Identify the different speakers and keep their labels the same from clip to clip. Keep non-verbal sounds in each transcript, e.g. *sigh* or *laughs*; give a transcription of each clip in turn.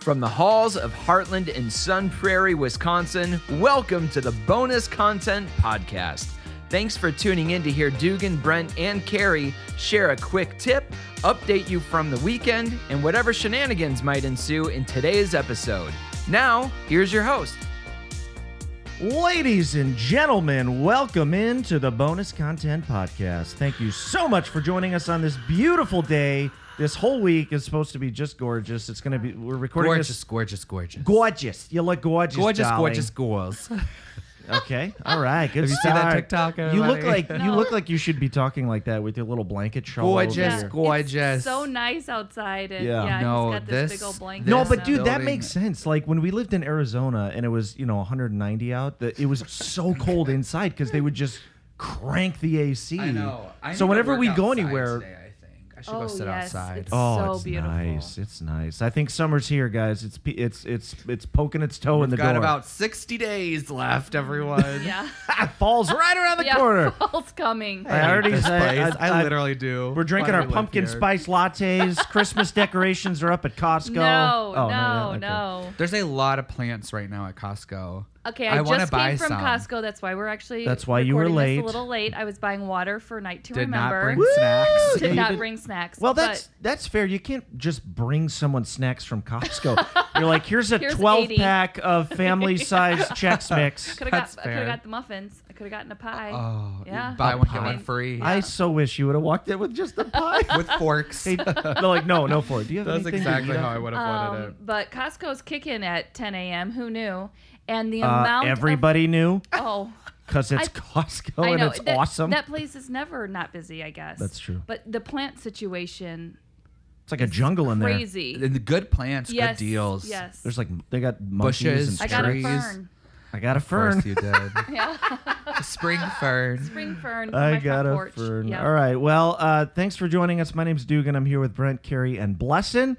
Speaker 1: From the halls of Heartland in Sun Prairie, Wisconsin, welcome to the Bonus Content Podcast. Thanks for tuning in to hear Dugan, Brent, and Carrie share a quick tip, update you from the weekend, and whatever shenanigans might ensue in today's episode. Now, here's your host.
Speaker 2: Ladies and gentlemen, welcome in to the Bonus Content Podcast. Thank you so much for joining us on this beautiful day. This whole week is supposed to be just gorgeous. It's going to be, we're recording
Speaker 3: Gorgeous,
Speaker 2: this.
Speaker 3: gorgeous, gorgeous.
Speaker 2: Gorgeous. You look gorgeous.
Speaker 3: Gorgeous,
Speaker 2: darling.
Speaker 3: gorgeous girls.
Speaker 2: Okay. All right. Good
Speaker 3: Have you seen that
Speaker 2: start.
Speaker 3: TikTok,
Speaker 2: You look
Speaker 3: everybody?
Speaker 2: like you look like you should be talking like that with your little blanket shawl. over
Speaker 3: Gorgeous,
Speaker 2: your-
Speaker 3: go- gorgeous.
Speaker 4: It's so nice outside, and
Speaker 2: Yeah.
Speaker 4: yeah,
Speaker 3: No,
Speaker 4: he's got this,
Speaker 3: this-
Speaker 4: big old blanket.
Speaker 2: No,
Speaker 4: and
Speaker 2: but
Speaker 3: *laughs*
Speaker 4: stuff.
Speaker 2: dude, that
Speaker 3: building-
Speaker 2: makes sense. Like when we lived in Arizona and it was, you know, 190 out, that it was
Speaker 3: *laughs*
Speaker 2: so cold inside because they would just crank the AC. so whenever we go anywhere,
Speaker 3: I think I should
Speaker 4: Oh,
Speaker 3: go sit
Speaker 4: yes,
Speaker 3: outside.
Speaker 4: It's
Speaker 2: oh,
Speaker 4: so
Speaker 2: it's
Speaker 4: beautiful.
Speaker 2: nice. It's nice. I think summer's here, guys. It's pe- it's it's it's poking its toe in the
Speaker 3: We've got
Speaker 2: door. *laughs*
Speaker 3: about 60 days left, everyone.
Speaker 4: *laughs* Yeah,
Speaker 3: *laughs*
Speaker 2: falls right around the corner.
Speaker 4: *laughs* Fall's coming.
Speaker 2: *laughs* I already
Speaker 3: This
Speaker 2: said-
Speaker 3: place, I,
Speaker 2: I-
Speaker 3: literally do.
Speaker 2: We're drinking
Speaker 3: Why
Speaker 2: our
Speaker 3: do we live
Speaker 2: pumpkin
Speaker 3: here?
Speaker 2: spice lattes. Christmas decorations are up at Costco.
Speaker 4: No,
Speaker 2: Oh,
Speaker 4: no,
Speaker 2: okay.
Speaker 4: no.
Speaker 3: There's a lot of plants right now at Costco.
Speaker 4: Okay, I,
Speaker 3: wanna
Speaker 4: just
Speaker 3: buy
Speaker 4: came from
Speaker 3: some.
Speaker 4: Costco. That's why we're actually.
Speaker 2: That's why you were
Speaker 4: recording
Speaker 2: late.
Speaker 4: this A little late. I was buying water for night to
Speaker 3: Did not
Speaker 4: remember.
Speaker 3: bring snacks.
Speaker 2: Yeah,
Speaker 4: Did
Speaker 2: you
Speaker 4: not
Speaker 2: did-
Speaker 4: bring snacks.
Speaker 2: Well,
Speaker 4: but
Speaker 2: that's that's fair. You can't just bring someone snacks from Costco. You're like, here's a
Speaker 4: *laughs* Here's
Speaker 2: 12
Speaker 4: 80.
Speaker 2: pack of family size
Speaker 4: *laughs*
Speaker 2: Chex Mix.
Speaker 4: could have
Speaker 3: that's
Speaker 4: got. I could have
Speaker 3: fair.
Speaker 4: got the muffins. I could have gotten a pie.
Speaker 3: Oh,
Speaker 4: Yeah.
Speaker 3: buy one get
Speaker 2: pie.
Speaker 3: one free
Speaker 2: I so wish you would have walked in with just a
Speaker 4: *laughs*
Speaker 2: pie.
Speaker 3: *laughs* with forks. *laughs*
Speaker 2: Hey, they're like, no, no, for it. Do you have
Speaker 3: That's
Speaker 2: anything? to
Speaker 3: exactly
Speaker 2: eat?
Speaker 3: how I would have wanted it.
Speaker 4: um, but Costco's kicking at 10 a.m. Who knew? And the
Speaker 2: Uh,
Speaker 4: amount. of-
Speaker 2: everybody knew
Speaker 4: *laughs* oh.
Speaker 2: because it's
Speaker 4: I-
Speaker 2: Costco Oh, and it's
Speaker 4: that,
Speaker 2: awesome.
Speaker 4: That place is never not busy, I guess.
Speaker 2: That's true.
Speaker 4: But the plant situation,
Speaker 2: it's like a jungle in there.
Speaker 4: crazy.
Speaker 3: And the good plants,
Speaker 4: yes,
Speaker 3: good deals.
Speaker 4: Yes.
Speaker 2: There's like they got monkeys
Speaker 3: bushes,
Speaker 2: and
Speaker 4: I got
Speaker 2: trees.
Speaker 4: a
Speaker 3: trees.
Speaker 4: fern. *laughs*
Speaker 2: I got a
Speaker 3: Of course
Speaker 2: fern.
Speaker 3: you did.
Speaker 4: Yeah.
Speaker 3: Spring
Speaker 2: *laughs*
Speaker 3: fern.
Speaker 4: Spring fern. for
Speaker 2: I
Speaker 4: my
Speaker 2: got
Speaker 4: front
Speaker 2: a
Speaker 4: porch.
Speaker 2: fern.
Speaker 4: Yeah.
Speaker 2: All right. Well, uh, thanks for joining us. My name's Dugan. I'm here with Brent, Carey, and Blessin.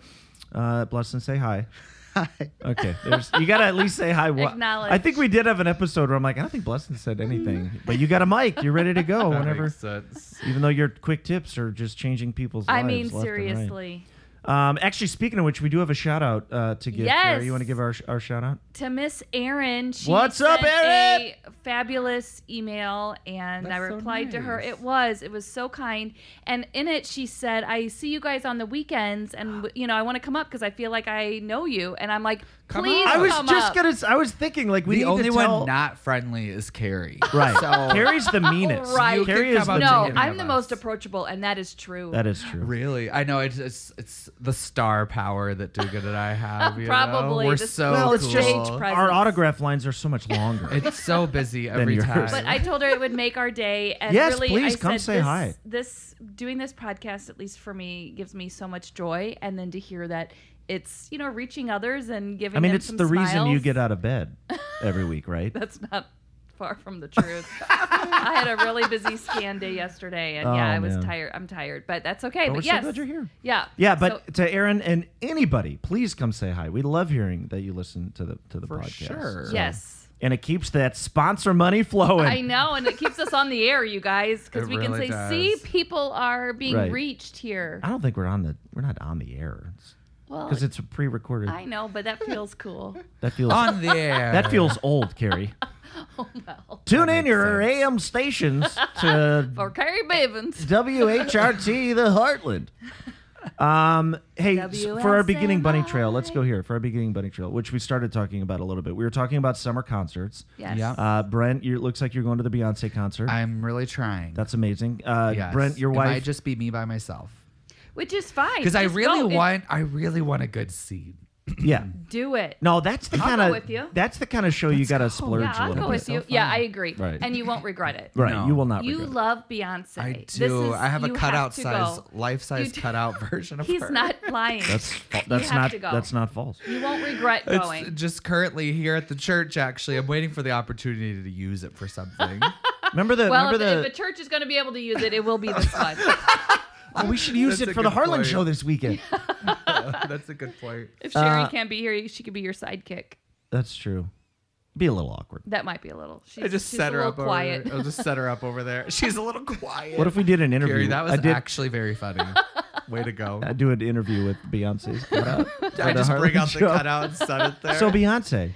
Speaker 2: Uh, Blessin, say hi.
Speaker 3: Hi.
Speaker 2: Okay. There's, you got to at least say hi. wa-
Speaker 4: Acknowledge. Mm-hmm.
Speaker 2: I think we did have an episode where I'm like, I don't think Blessin said anything, but you got a mic. You're ready
Speaker 3: *laughs*
Speaker 2: to go
Speaker 3: That
Speaker 2: whenever.
Speaker 3: makes sense.
Speaker 2: Even though your quick tips are just changing people's
Speaker 4: I
Speaker 2: lives.
Speaker 4: mean,
Speaker 2: left and right.
Speaker 4: seriously.
Speaker 2: Um, actually, speaking of which, we do have a shout out uh, to give.
Speaker 4: Yes.
Speaker 2: Carrie. You want to give our, our shout out?
Speaker 4: To Miss Erin, she
Speaker 2: What's up,
Speaker 4: sent
Speaker 2: Erin?
Speaker 4: a fabulous email, and I
Speaker 3: That's so
Speaker 4: replied to her.
Speaker 3: nice.
Speaker 4: It was, it was so kind, and in it she said, "I see you guys on the
Speaker 2: *gasps*
Speaker 4: weekends, and you know I want to come up because I feel like I know you." And I'm like,
Speaker 3: Come
Speaker 4: "Please,
Speaker 3: up.
Speaker 2: I was
Speaker 4: come
Speaker 2: just
Speaker 4: up."
Speaker 2: gonna. s- I was thinking like we
Speaker 3: the
Speaker 2: need
Speaker 3: only
Speaker 2: to
Speaker 3: one
Speaker 2: tell-
Speaker 3: not friendly is Carrie.
Speaker 2: Right.
Speaker 3: So
Speaker 2: Carrie's the meanest.
Speaker 4: Right. You
Speaker 3: can
Speaker 2: Carrie is
Speaker 3: come
Speaker 2: the
Speaker 3: up to
Speaker 4: No,
Speaker 3: any
Speaker 4: I'm
Speaker 3: of
Speaker 4: the
Speaker 3: us.
Speaker 4: most approachable, and that is true.
Speaker 2: That is true.
Speaker 3: really, I know it's, it's it's the star power that Dugan and I
Speaker 4: *laughs*
Speaker 3: have. You know?
Speaker 4: Probably.
Speaker 3: we're
Speaker 4: This-
Speaker 3: so
Speaker 4: Well,
Speaker 2: it's
Speaker 3: cool.
Speaker 2: just-
Speaker 4: Stage presence.
Speaker 2: Our autograph lines are so much longer.
Speaker 3: It's so busy every
Speaker 2: yours.
Speaker 3: time.
Speaker 4: but I told her it would make our day. And
Speaker 2: Yes,
Speaker 4: really,
Speaker 2: please,
Speaker 4: I
Speaker 2: come
Speaker 4: said
Speaker 2: say
Speaker 4: this,
Speaker 2: hi.
Speaker 4: This doing this podcast, at least for me, gives me so much joy, and then to hear that it's you know reaching others and giving.
Speaker 2: I mean,
Speaker 4: them
Speaker 2: it's
Speaker 4: some
Speaker 2: the reason you
Speaker 4: smiles,
Speaker 2: get out of bed every week, right?
Speaker 4: *laughs* That's not far from the truth. I had a really busy scan day yesterday, and
Speaker 2: *laughs*
Speaker 4: yeah,
Speaker 2: Oh,
Speaker 4: I was
Speaker 2: man.
Speaker 4: tired. I'm tired, but that's okay.
Speaker 2: But we're
Speaker 4: But
Speaker 2: so
Speaker 4: yes,
Speaker 2: glad you're here.
Speaker 4: Yeah,
Speaker 2: Yeah, but
Speaker 4: So-
Speaker 2: to Aaron and anybody, please come say hi. We love hearing that you listen to the to the
Speaker 3: For
Speaker 2: podcast.
Speaker 3: sure.
Speaker 4: yes.
Speaker 2: And it keeps that sponsor money flowing.
Speaker 4: I know, and it keeps us on the air, you guys, because
Speaker 3: It
Speaker 4: we can
Speaker 3: really
Speaker 4: say,
Speaker 3: does.
Speaker 4: "See, people are being
Speaker 2: Right.
Speaker 4: reached here."
Speaker 2: I don't think we're on the we're not on the air.
Speaker 4: Well,
Speaker 2: Because it's a pre-recorded.
Speaker 4: I know, but that feels cool. *laughs*
Speaker 2: That
Speaker 3: *laughs*
Speaker 2: feels
Speaker 3: on there.
Speaker 2: that feels
Speaker 3: *laughs*
Speaker 2: old, Carrie.
Speaker 4: oh well,
Speaker 2: Tune
Speaker 3: That
Speaker 2: in
Speaker 3: makes
Speaker 2: your
Speaker 3: sense.
Speaker 2: AM
Speaker 4: *laughs*
Speaker 2: stations to
Speaker 4: for Carrie Bivens.
Speaker 2: WHRT the Heartland. Um, hey, s- for our beginning bunny trail, let's go here for our beginning bunny trail, which we started talking about a little bit. We were talking about summer concerts.
Speaker 4: Yes.
Speaker 3: Yeah.
Speaker 2: Uh, Brent, you it looks like you're going to the Beyonce concert.
Speaker 3: I'm really trying.
Speaker 2: That's amazing. Uh,
Speaker 3: Yes.
Speaker 2: Brent, your
Speaker 3: It
Speaker 2: wife.
Speaker 3: might just be me by myself
Speaker 4: Which is fine.
Speaker 3: because I
Speaker 4: Just
Speaker 3: really
Speaker 4: go. It-
Speaker 3: want I really want a good seat.
Speaker 2: yeah.
Speaker 4: do it.
Speaker 2: No, that's the
Speaker 4: I'll
Speaker 2: kind
Speaker 4: go with you.
Speaker 2: of that's the kind of show you got to splurge
Speaker 4: yeah,
Speaker 2: a
Speaker 4: I'll
Speaker 2: little
Speaker 4: go
Speaker 2: bit.
Speaker 4: with you. yeah, I agree.
Speaker 2: Right.
Speaker 4: And you won't regret it.
Speaker 2: Right,
Speaker 3: No.
Speaker 2: you will not.
Speaker 4: You
Speaker 2: regret it.
Speaker 4: love Beyonce.
Speaker 3: I
Speaker 4: This
Speaker 3: do.
Speaker 4: is-
Speaker 3: I have a
Speaker 4: you
Speaker 3: cutout
Speaker 4: to
Speaker 3: size,
Speaker 4: go.
Speaker 3: life size
Speaker 4: You do- *laughs*
Speaker 3: cutout version of
Speaker 4: He's
Speaker 3: her.
Speaker 4: not lying.
Speaker 2: That's fa- that's
Speaker 4: have
Speaker 2: not
Speaker 4: to go.
Speaker 2: that's not false.
Speaker 4: you won't regret
Speaker 3: It's
Speaker 4: going.
Speaker 3: just currently here at the church. Actually, I'm waiting for the opportunity to use it for something. *laughs*
Speaker 2: Remember the
Speaker 4: well, if,
Speaker 2: remember the
Speaker 4: if a church is going to be able to use it, it will be
Speaker 3: *laughs*
Speaker 4: this one.
Speaker 2: Oh, we should use
Speaker 3: That's
Speaker 2: it
Speaker 3: a
Speaker 2: for the
Speaker 3: good
Speaker 2: Harlan
Speaker 3: point.
Speaker 2: show this
Speaker 4: *laughs*
Speaker 2: weekend.
Speaker 3: That's a good point.
Speaker 4: if Sherry can't be here, she could be your sidekick.
Speaker 2: That's true. Be a little awkward.
Speaker 4: That might be a little. She's,
Speaker 3: I just
Speaker 4: she's
Speaker 3: set
Speaker 4: a
Speaker 3: her
Speaker 4: little
Speaker 3: up.
Speaker 4: quiet.
Speaker 3: *laughs* Over there. I'll just set her up over there. She's a little quiet.
Speaker 2: What if we did an interview?
Speaker 3: Gary, that was
Speaker 2: I did,
Speaker 4: *laughs*
Speaker 3: actually very funny. Way to go.
Speaker 2: I do an interview with
Speaker 3: *laughs*
Speaker 2: Beyonce's. cutout
Speaker 3: I
Speaker 2: for the
Speaker 3: just
Speaker 2: Harlem
Speaker 3: bring out the
Speaker 2: show.
Speaker 3: cutout and set it there.
Speaker 2: *laughs* So Beyonce,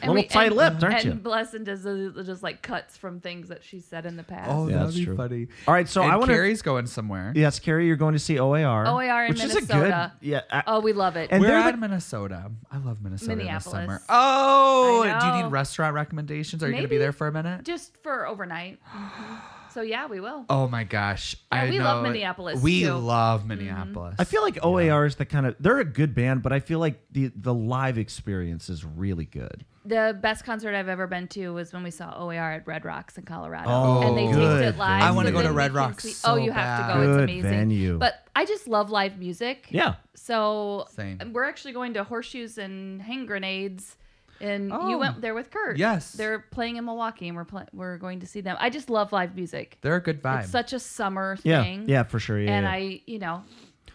Speaker 4: And
Speaker 2: little
Speaker 4: we-
Speaker 2: tight
Speaker 4: and-
Speaker 2: lipped, aren't you?
Speaker 4: And Blessing does uh, just like cuts from things that she said in the past.
Speaker 3: oh,
Speaker 2: Yeah,
Speaker 3: that'd
Speaker 2: that's
Speaker 3: be
Speaker 2: true.
Speaker 3: funny.
Speaker 2: All right, so
Speaker 3: and
Speaker 2: I want to.
Speaker 3: Carrie's going somewhere.
Speaker 2: Yes, Carrie, you're going to see OAR.
Speaker 4: OAR in
Speaker 2: which
Speaker 4: Minnesota.
Speaker 2: is a good. Yeah, I-
Speaker 4: Oh, we love it.
Speaker 2: And
Speaker 3: We're
Speaker 2: they're
Speaker 3: out
Speaker 2: the-
Speaker 3: of Minnesota. I love Minnesota in the
Speaker 4: Minneapolis.
Speaker 3: summer. Oh,
Speaker 4: I
Speaker 3: do you
Speaker 4: know.
Speaker 3: need restaurant recommendations? Are you going to be
Speaker 4: Maybe.
Speaker 3: there for a minute?
Speaker 4: just for overnight. Mhm. so yeah, we will.
Speaker 3: Oh my gosh.
Speaker 4: Yeah,
Speaker 3: I
Speaker 4: we love
Speaker 3: know.
Speaker 4: Minneapolis,
Speaker 3: We
Speaker 4: too. Mm-hmm.
Speaker 3: love Minneapolis.
Speaker 2: I feel like OAR is the kind of they're a good band, but I feel like the the live experience is really good.
Speaker 4: The best concert I've ever been to was when we saw OAR at Red Rocks in Colorado,
Speaker 2: Oh,
Speaker 4: and they
Speaker 2: good
Speaker 4: taped it live.
Speaker 2: venue. I
Speaker 3: wanna
Speaker 4: so
Speaker 3: go to
Speaker 4: then
Speaker 3: Red
Speaker 4: we can
Speaker 3: Rocks
Speaker 4: see-
Speaker 3: so
Speaker 4: oh, you have to
Speaker 3: bad.
Speaker 4: go.
Speaker 2: Good
Speaker 4: it's amazing.
Speaker 2: venue.
Speaker 4: But I just love live music.
Speaker 2: Yeah,
Speaker 4: So
Speaker 3: Same.
Speaker 4: we're actually going to horseshoes and hand grenades. And you
Speaker 3: Oh.
Speaker 4: went there with Kurt.
Speaker 3: Yes.
Speaker 4: they're playing in Milwaukee, and we're pl- we're going to see them. I just love live music.
Speaker 3: They're a good vibe.
Speaker 4: It's such a summer
Speaker 2: yeah,
Speaker 4: thing.
Speaker 2: yeah, for sure. Yeah,
Speaker 4: and
Speaker 2: yeah.
Speaker 4: I, you know,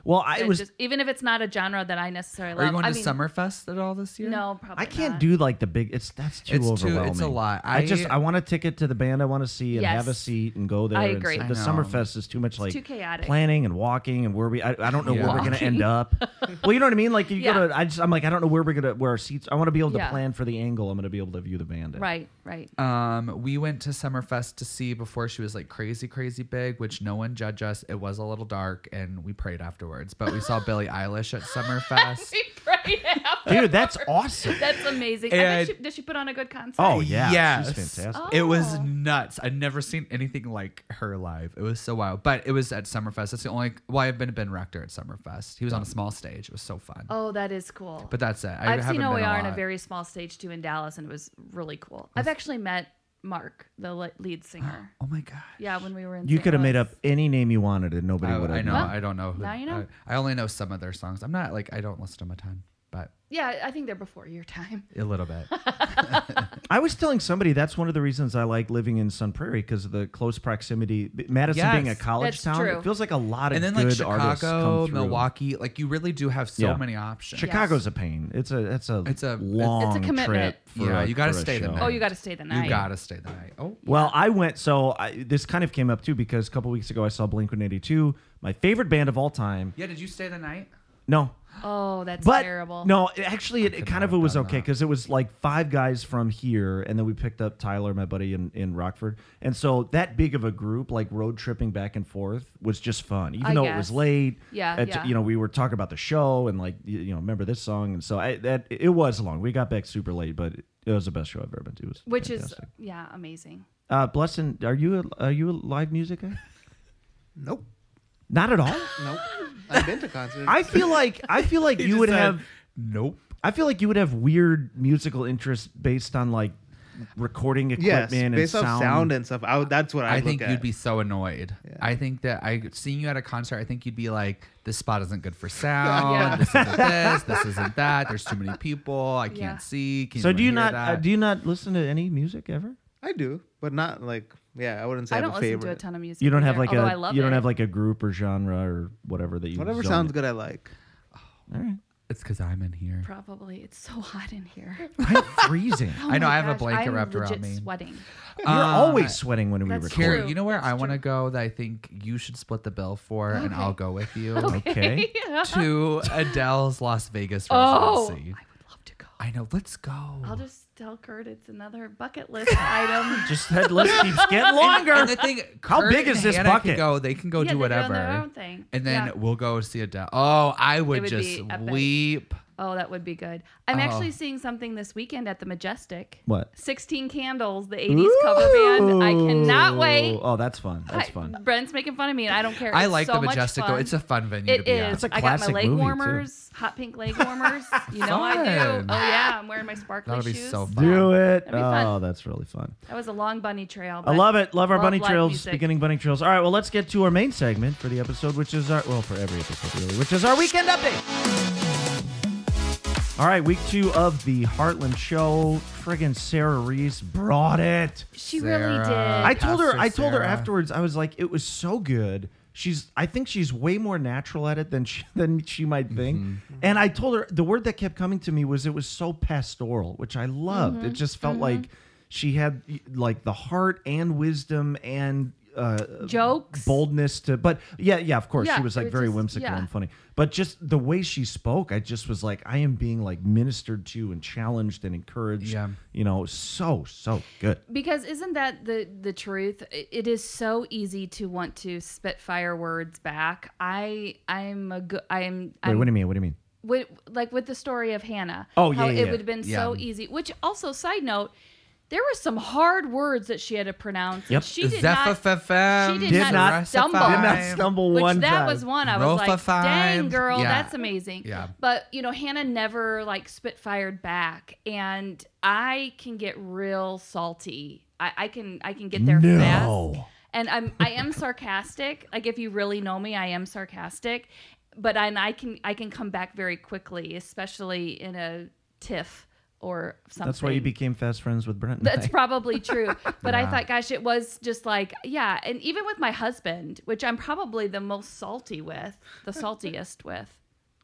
Speaker 2: well, I
Speaker 4: it
Speaker 2: was
Speaker 4: just even if it's not a genre that I necessarily
Speaker 3: Are you
Speaker 4: love.
Speaker 3: going
Speaker 4: I
Speaker 3: to
Speaker 4: mean,
Speaker 3: Summerfest at all this year?
Speaker 4: No, probably.
Speaker 2: I can't
Speaker 4: not.
Speaker 2: do like the big. It's that's too
Speaker 3: It's too- it's a
Speaker 2: overwhelming.
Speaker 3: lot.
Speaker 2: I, just
Speaker 3: I-
Speaker 2: I want a ticket to the band I want to see and
Speaker 4: Yes.
Speaker 2: have a seat and go there.
Speaker 4: I
Speaker 2: and
Speaker 4: agree.
Speaker 2: sit-
Speaker 4: I
Speaker 2: the
Speaker 3: know.
Speaker 2: Summerfest is too much like
Speaker 4: too chaotic.
Speaker 2: planning and walking and where we. I, I don't know
Speaker 3: Yeah.
Speaker 2: where we're gonna end up. well, you know what I mean. Like you
Speaker 4: Yeah.
Speaker 2: go to. I just I'm like I don't know where we're gonna where our seats. I want to be able to
Speaker 4: Yeah.
Speaker 2: plan for the angle. I'm gonna be able to view the band. At.
Speaker 4: Right,
Speaker 3: *laughs*
Speaker 4: right. *laughs*
Speaker 3: Um, we went to Summerfest to see before she was like crazy, crazy big, which no one judge us. It was a little dark, and we prayed afterwards. But we saw Billie Eilish at Summerfest.
Speaker 4: we pray after.
Speaker 2: dude. That's awesome.
Speaker 4: That's amazing. I
Speaker 3: And-
Speaker 4: bet she, does she put on a good
Speaker 2: *laughs*
Speaker 4: concert?
Speaker 2: Oh yeah,
Speaker 3: Yes.
Speaker 2: she's fantastic.
Speaker 3: It was
Speaker 4: Oh.
Speaker 3: nuts. I'd never seen anything like her live. It was so wild. But it was at Summerfest. That's the only. Well, I've been to Ben Rector at Summerfest. He was on a small stage. It was so fun.
Speaker 4: Oh, that is cool.
Speaker 3: But that's it. I
Speaker 4: I've
Speaker 3: haven't
Speaker 4: seen
Speaker 3: been
Speaker 4: OAR on a
Speaker 3: lot.
Speaker 4: very small stage too in Dallas, and it was really cool. I've actually met Mark, the le-
Speaker 2: *gasps*
Speaker 4: lead singer.
Speaker 3: Oh my god.
Speaker 4: Yeah, when we were in.
Speaker 2: You
Speaker 4: St.
Speaker 2: could have made
Speaker 4: Louis.
Speaker 2: up any name you wanted, and nobody
Speaker 3: I,
Speaker 2: would have.
Speaker 3: I know.
Speaker 4: Well,
Speaker 3: I don't know. Who,
Speaker 4: now you know.
Speaker 3: I, I only know some of their songs. I'm not like I don't listen to them a ton, but
Speaker 4: Yeah, I think they're before
Speaker 2: *gasps*
Speaker 4: your time.
Speaker 3: a little bit.
Speaker 2: I was telling somebody that's one of the reasons I like living in Sun Prairie because of the close proximity. B- Madison
Speaker 3: Yes.
Speaker 2: being a college
Speaker 4: That's
Speaker 2: town,
Speaker 4: true.
Speaker 2: it feels like a lot of
Speaker 3: and then
Speaker 2: good
Speaker 3: like
Speaker 2: artists come
Speaker 3: Chicago,
Speaker 2: through.
Speaker 3: Milwaukee, like you really do have so
Speaker 2: Yeah.
Speaker 3: many options.
Speaker 4: Chica-
Speaker 2: Chicago's a pain. It's a it's a
Speaker 3: It's a- it's- It's a
Speaker 2: long
Speaker 4: commitment.
Speaker 2: trip. For
Speaker 3: Yeah,
Speaker 2: a-
Speaker 3: you gotta
Speaker 2: for a
Speaker 3: stay the
Speaker 2: show.
Speaker 3: night.
Speaker 4: Oh, you got to stay the night.
Speaker 3: You gotta stay the night. Oh,
Speaker 2: Well, I went. So I, this kind of came up too because a couple weeks ago I saw Blink One Eighty Two, my favorite band of all time.
Speaker 3: yeah. Did you stay the night?
Speaker 2: No,
Speaker 4: Oh, that's
Speaker 2: but
Speaker 4: terrible.
Speaker 2: no, it- actually, it, it
Speaker 3: could
Speaker 2: kind
Speaker 3: not
Speaker 2: of it
Speaker 3: have
Speaker 2: was
Speaker 3: done
Speaker 2: okay
Speaker 3: that.
Speaker 2: because it was like five guys from here, and then we picked up Tyler, my buddy in, in Rockford, and so that big of a group, like road tripping back and forth, was just fun. Even
Speaker 4: I
Speaker 2: though it
Speaker 4: guess.
Speaker 2: was late,
Speaker 4: Yeah,
Speaker 2: it-
Speaker 4: yeah.
Speaker 2: you know, we were talking about the show and like you, you know, remember this song, and so I that it was long. We got back super late, but it was the best show I've ever been to. It was
Speaker 4: Which is
Speaker 2: fantastic.
Speaker 4: yeah, amazing.
Speaker 2: uh, Blessing, are you a, are you a live
Speaker 3: *laughs*
Speaker 2: music guy?
Speaker 5: Nope.
Speaker 2: Not at all.
Speaker 5: *gasps* Nope. I've been to concerts.
Speaker 2: I feel like I feel like you would have.
Speaker 3: Nope.
Speaker 2: I feel like you would have weird musical interest based on like recording
Speaker 5: yes,
Speaker 2: equipment and
Speaker 5: based off
Speaker 2: sound.
Speaker 5: sound and stuff. I would, that's what I'd
Speaker 3: I
Speaker 5: look
Speaker 3: think
Speaker 5: at.
Speaker 3: you'd be so annoyed. I think that I seeing you at a concert. I think you'd be like, "This spot isn't good
Speaker 2: *laughs*
Speaker 3: for sound.
Speaker 4: Yeah.
Speaker 3: This isn't this. This isn't that. There's too many people. I can't
Speaker 4: Yeah.
Speaker 3: see. Can
Speaker 2: so do you
Speaker 3: hear
Speaker 2: not uh,
Speaker 3: that?"
Speaker 2: do you not listen to any music ever?
Speaker 5: I do, but not like yeah. I wouldn't say
Speaker 4: I
Speaker 5: I
Speaker 4: don't
Speaker 5: have a
Speaker 4: listen to a
Speaker 5: favorite.
Speaker 4: ton of music.
Speaker 2: You don't have
Speaker 4: either,
Speaker 2: like
Speaker 4: although
Speaker 2: a
Speaker 4: I love
Speaker 2: you don't
Speaker 4: it.
Speaker 2: have like a group or genre or whatever that you
Speaker 5: Whatever
Speaker 2: zone
Speaker 5: sounds
Speaker 2: in.
Speaker 5: good, I like.
Speaker 3: It's because I'm in here.
Speaker 4: Probably it's so hot in
Speaker 2: *laughs*
Speaker 4: here.
Speaker 2: *laughs* I'm freezing.
Speaker 5: *laughs*
Speaker 4: Oh
Speaker 3: I know,
Speaker 4: my
Speaker 3: I have a
Speaker 4: gosh,
Speaker 3: blanket
Speaker 4: I'm
Speaker 3: wrapped around
Speaker 4: legit
Speaker 3: me.
Speaker 4: Sweating.
Speaker 2: You're always sweating when we
Speaker 4: That's
Speaker 2: record.
Speaker 4: true.
Speaker 3: Carrie, you know where
Speaker 4: That's
Speaker 3: I want to
Speaker 4: true.
Speaker 3: go that I think you should split the bill for, and I'll go with you
Speaker 2: Okay.
Speaker 5: *laughs*
Speaker 4: *laughs*
Speaker 3: to Adele's Las Vegas
Speaker 4: Oh, I would
Speaker 3: residency.
Speaker 4: love to go.
Speaker 3: I know. Let's go.
Speaker 4: I'll just tell Kurt it's another
Speaker 2: *laughs*
Speaker 4: bucket list item.
Speaker 2: Just that list keeps
Speaker 5: *laughs*
Speaker 2: getting longer.
Speaker 3: And the thing,
Speaker 4: *laughs*
Speaker 2: How
Speaker 3: Kurt
Speaker 2: big
Speaker 3: and
Speaker 2: is this
Speaker 3: Hannah can
Speaker 2: bucket?
Speaker 3: Go, they can go
Speaker 4: Yeah,
Speaker 3: do
Speaker 4: they're doing
Speaker 3: whatever,
Speaker 4: their own thing.
Speaker 3: and then
Speaker 4: Yeah.
Speaker 3: we'll go see Adele. Oh, I would,
Speaker 4: would
Speaker 3: just
Speaker 4: be epic.
Speaker 3: weep.
Speaker 4: Oh, that would be good. I'm
Speaker 3: Uh-huh.
Speaker 4: actually seeing something this weekend at the Majestic.
Speaker 2: What?
Speaker 4: 16 Candles, the 80s cover band. I cannot wait.
Speaker 2: Oh, that's fun. That's
Speaker 4: I-
Speaker 2: fun.
Speaker 4: Brent's making fun of me, and I don't care.
Speaker 3: I
Speaker 4: It's
Speaker 3: like
Speaker 4: so
Speaker 3: the
Speaker 4: much
Speaker 3: Majestic though.
Speaker 4: fun.
Speaker 3: It's a fun venue.
Speaker 4: It
Speaker 3: to be at.
Speaker 4: is.
Speaker 2: It's a
Speaker 4: I got my
Speaker 2: classic
Speaker 4: leg
Speaker 2: movie, too.
Speaker 4: warmers, hot pink
Speaker 3: *laughs*
Speaker 4: leg warmers. You know I do.
Speaker 3: Fun.
Speaker 4: Oh yeah, I'm wearing my sparkly
Speaker 3: That'll be
Speaker 4: shoes.
Speaker 3: so fun.
Speaker 2: Do it.
Speaker 4: That'd be fun.
Speaker 2: Oh, that's really fun.
Speaker 4: That was a long bunny trail.
Speaker 2: I love it. Love our
Speaker 4: Love
Speaker 2: bunny
Speaker 4: live
Speaker 2: trails,
Speaker 4: music.
Speaker 2: beginning bunny trails. All right, well, let's get to our main segment for the episode, which is our, well, for every episode, really, which is our weekend update. All right, week two of the Heartland Show. Friggin' Sarah Reese brought it.
Speaker 4: She really
Speaker 3: Sarah.
Speaker 4: did.
Speaker 2: I told her.
Speaker 3: Pastor
Speaker 2: I told her
Speaker 3: Sarah.
Speaker 2: afterwards. I was like, it was so good. She's. I think she's way more natural at it than she, *laughs* than she might think.
Speaker 3: Mm-hmm.
Speaker 2: And I told her the word that kept coming to me was it was so pastoral, which I
Speaker 4: Mm-hmm.
Speaker 2: loved. It just felt like she had like the heart and wisdom and uh,
Speaker 4: Jokes.
Speaker 2: boldness to but yeah yeah of course
Speaker 4: Yeah,
Speaker 2: she was
Speaker 4: it
Speaker 2: like
Speaker 4: was
Speaker 2: very
Speaker 4: just-
Speaker 2: whimsical
Speaker 4: yeah.
Speaker 2: and funny but just the way she spoke i just was like i am being like ministered to and challenged and encouraged
Speaker 3: Yeah.
Speaker 2: you know so so good
Speaker 4: Because isn't that the the truth? I- It is so easy to want to spitfire words back. I I'm a good I'm
Speaker 2: wait what do you mean what do you mean
Speaker 4: with, like with the story of Hannah.
Speaker 2: Oh, yeah,
Speaker 4: how
Speaker 2: yeah,
Speaker 4: it
Speaker 2: yeah.
Speaker 4: would have been
Speaker 3: Yeah.
Speaker 4: so easy. Which also, side note, there were some hard words that she had to pronounce.
Speaker 2: Yep.
Speaker 4: and She did not.
Speaker 3: Zephafem,
Speaker 4: she did
Speaker 2: Did not
Speaker 4: not stumble.
Speaker 3: Zephafem.
Speaker 2: did
Speaker 4: Did
Speaker 2: not
Speaker 4: Fine.
Speaker 2: stumble
Speaker 4: Which
Speaker 2: one
Speaker 4: that
Speaker 2: time
Speaker 4: was one I was like,
Speaker 3: Rofa
Speaker 4: dang
Speaker 3: five.
Speaker 4: girl,
Speaker 3: Yeah.
Speaker 4: that's amazing.
Speaker 3: Yeah.
Speaker 4: But you know, Hannah never like spitfired back, and I can get real salty. I, I can I can get there
Speaker 2: no
Speaker 4: fast and I'm I am sarcastic. *laughs* Like if you really know me, I am sarcastic, but I, and I can I can come back very quickly, especially in a tiff or something.
Speaker 2: that's why you became fast friends with brent and
Speaker 4: That's
Speaker 2: I.
Speaker 4: probably
Speaker 2: *laughs*
Speaker 4: true. But I thought, gosh, it was just like, yeah. And even with my husband, which I'm probably the most salty with,
Speaker 2: *laughs*
Speaker 4: the saltiest with.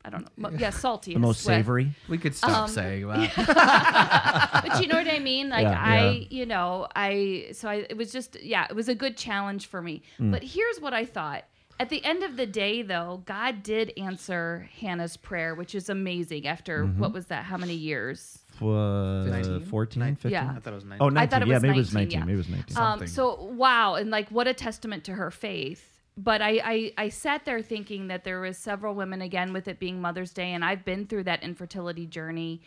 Speaker 4: I don't know. mo- Yeah, saltiest.
Speaker 2: the most
Speaker 4: with.
Speaker 2: savory
Speaker 3: We could stop
Speaker 4: Um,
Speaker 3: saying
Speaker 4: *laughs*
Speaker 3: that.
Speaker 4: But you know what
Speaker 2: *laughs*
Speaker 4: I mean? Like
Speaker 2: Yeah.
Speaker 4: I,
Speaker 2: Yeah.
Speaker 4: you know, I so I it was just yeah, it was a good challenge for me.
Speaker 2: Mm.
Speaker 4: But here's what I thought. At the end of the day though, God did answer Hannah's prayer, which is amazing after
Speaker 2: Mm-hmm.
Speaker 4: what was that? How many years?
Speaker 2: uh,
Speaker 5: 15?
Speaker 2: 14 15
Speaker 4: Yeah.
Speaker 5: I thought it was nine.
Speaker 2: oh 19
Speaker 4: I thought it
Speaker 2: yeah
Speaker 4: was
Speaker 2: maybe it was 19
Speaker 4: 19, yeah.
Speaker 2: maybe it was 19
Speaker 4: Um,
Speaker 3: Something.
Speaker 4: so wow, and like what a testament to her faith. But I, I I sat there thinking that there was several women again with it being Mother's Day, and I've been through that infertility journey.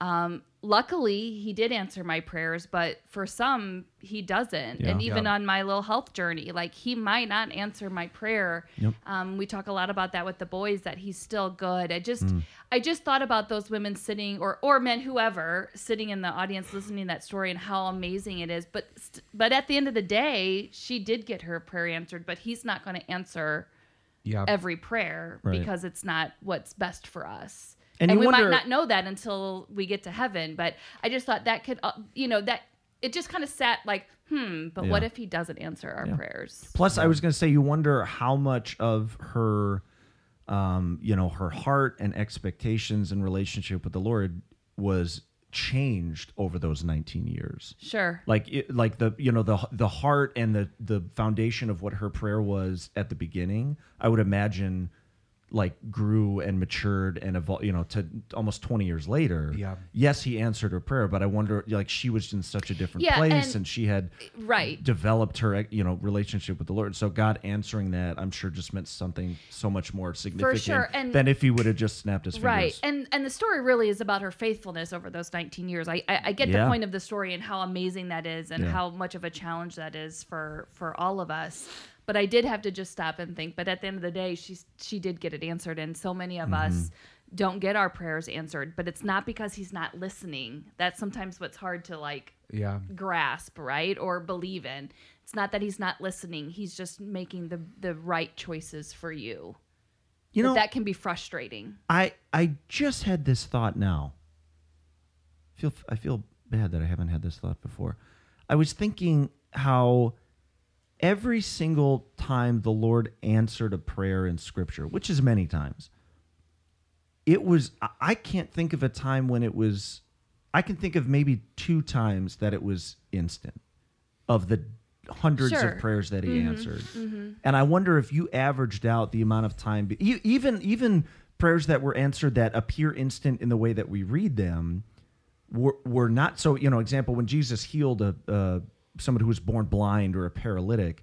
Speaker 4: Um, luckily, he did answer my prayers, but for some, he doesn't.
Speaker 2: Yeah.
Speaker 4: And even
Speaker 3: Yeah.
Speaker 4: on my little health journey, like he might not answer my prayer.
Speaker 2: Yep.
Speaker 4: Um, we talk a lot about that with the boys that he's still good. I just
Speaker 2: Mm.
Speaker 4: I just thought about those women sitting or or men whoever sitting in the audience listening to that story and how amazing it is. But st- but at the end of the day, she did get her prayer answered, but he's not going to answer
Speaker 3: yeah.
Speaker 4: every prayer
Speaker 2: Right.
Speaker 4: because it's not what's best for us.
Speaker 2: And
Speaker 4: And,
Speaker 2: you
Speaker 4: we
Speaker 2: wonder-
Speaker 4: might not know that until we get to heaven, but I just thought that could uh, you know that it just kind of sat like, hmm, but what
Speaker 2: Yeah.
Speaker 4: if he doesn't answer our prayers?
Speaker 2: Plus, I was going to say, you wonder how much of her, um, you know, her heart and expectations and relationship with the Lord was changed over those 19 years.
Speaker 4: Sure.
Speaker 2: Like, it, like the you know the the heart and the the foundation of what her prayer was at the beginning. I would imagine, like, grew and matured and evolved. You know, to almost 20 years later.
Speaker 3: Yeah.
Speaker 2: Yes, he answered her prayer, but I wonder, like, she was in such a different
Speaker 4: Yeah,
Speaker 2: place,
Speaker 4: and-
Speaker 2: and she had
Speaker 4: Right.
Speaker 2: developed her eh, you know relationship with the lord so god answering that i'm sure just meant something so much more significant
Speaker 4: sure, and-
Speaker 2: than if he would have just snapped his fingers
Speaker 4: right and and the story really is about her faithfulness over those 19 years i i, I get
Speaker 2: Yeah.
Speaker 4: the point of the story and how amazing that is and
Speaker 2: Yeah.
Speaker 4: how much of a challenge that is for for all of us but i did have to just stop and think but at the end of the day she she did get it answered and so many of us
Speaker 2: Mm-hmm.
Speaker 4: don't get our prayers answered but it's not because he's not listening that's sometimes what's hard to like
Speaker 3: yeah.
Speaker 4: grasp right or believe in it's not that he's not listening he's just making the the right choices for you
Speaker 2: you
Speaker 4: But
Speaker 2: know
Speaker 4: that can be frustrating
Speaker 2: i i just had this thought now feel i feel bad that i haven't had this thought before i was thinking how every single time the lord answered a prayer in scripture which is many times it was I- i can't think of a time when it was i can think of maybe two times that it was instant of the hundreds
Speaker 4: Sure.
Speaker 2: of prayers that he answered and i wonder if you averaged out the amount of time be- e- even even prayers that were answered that appear instant in the way that we read them were, were not so you know example when jesus healed a uh, someone who was born blind or a paralytic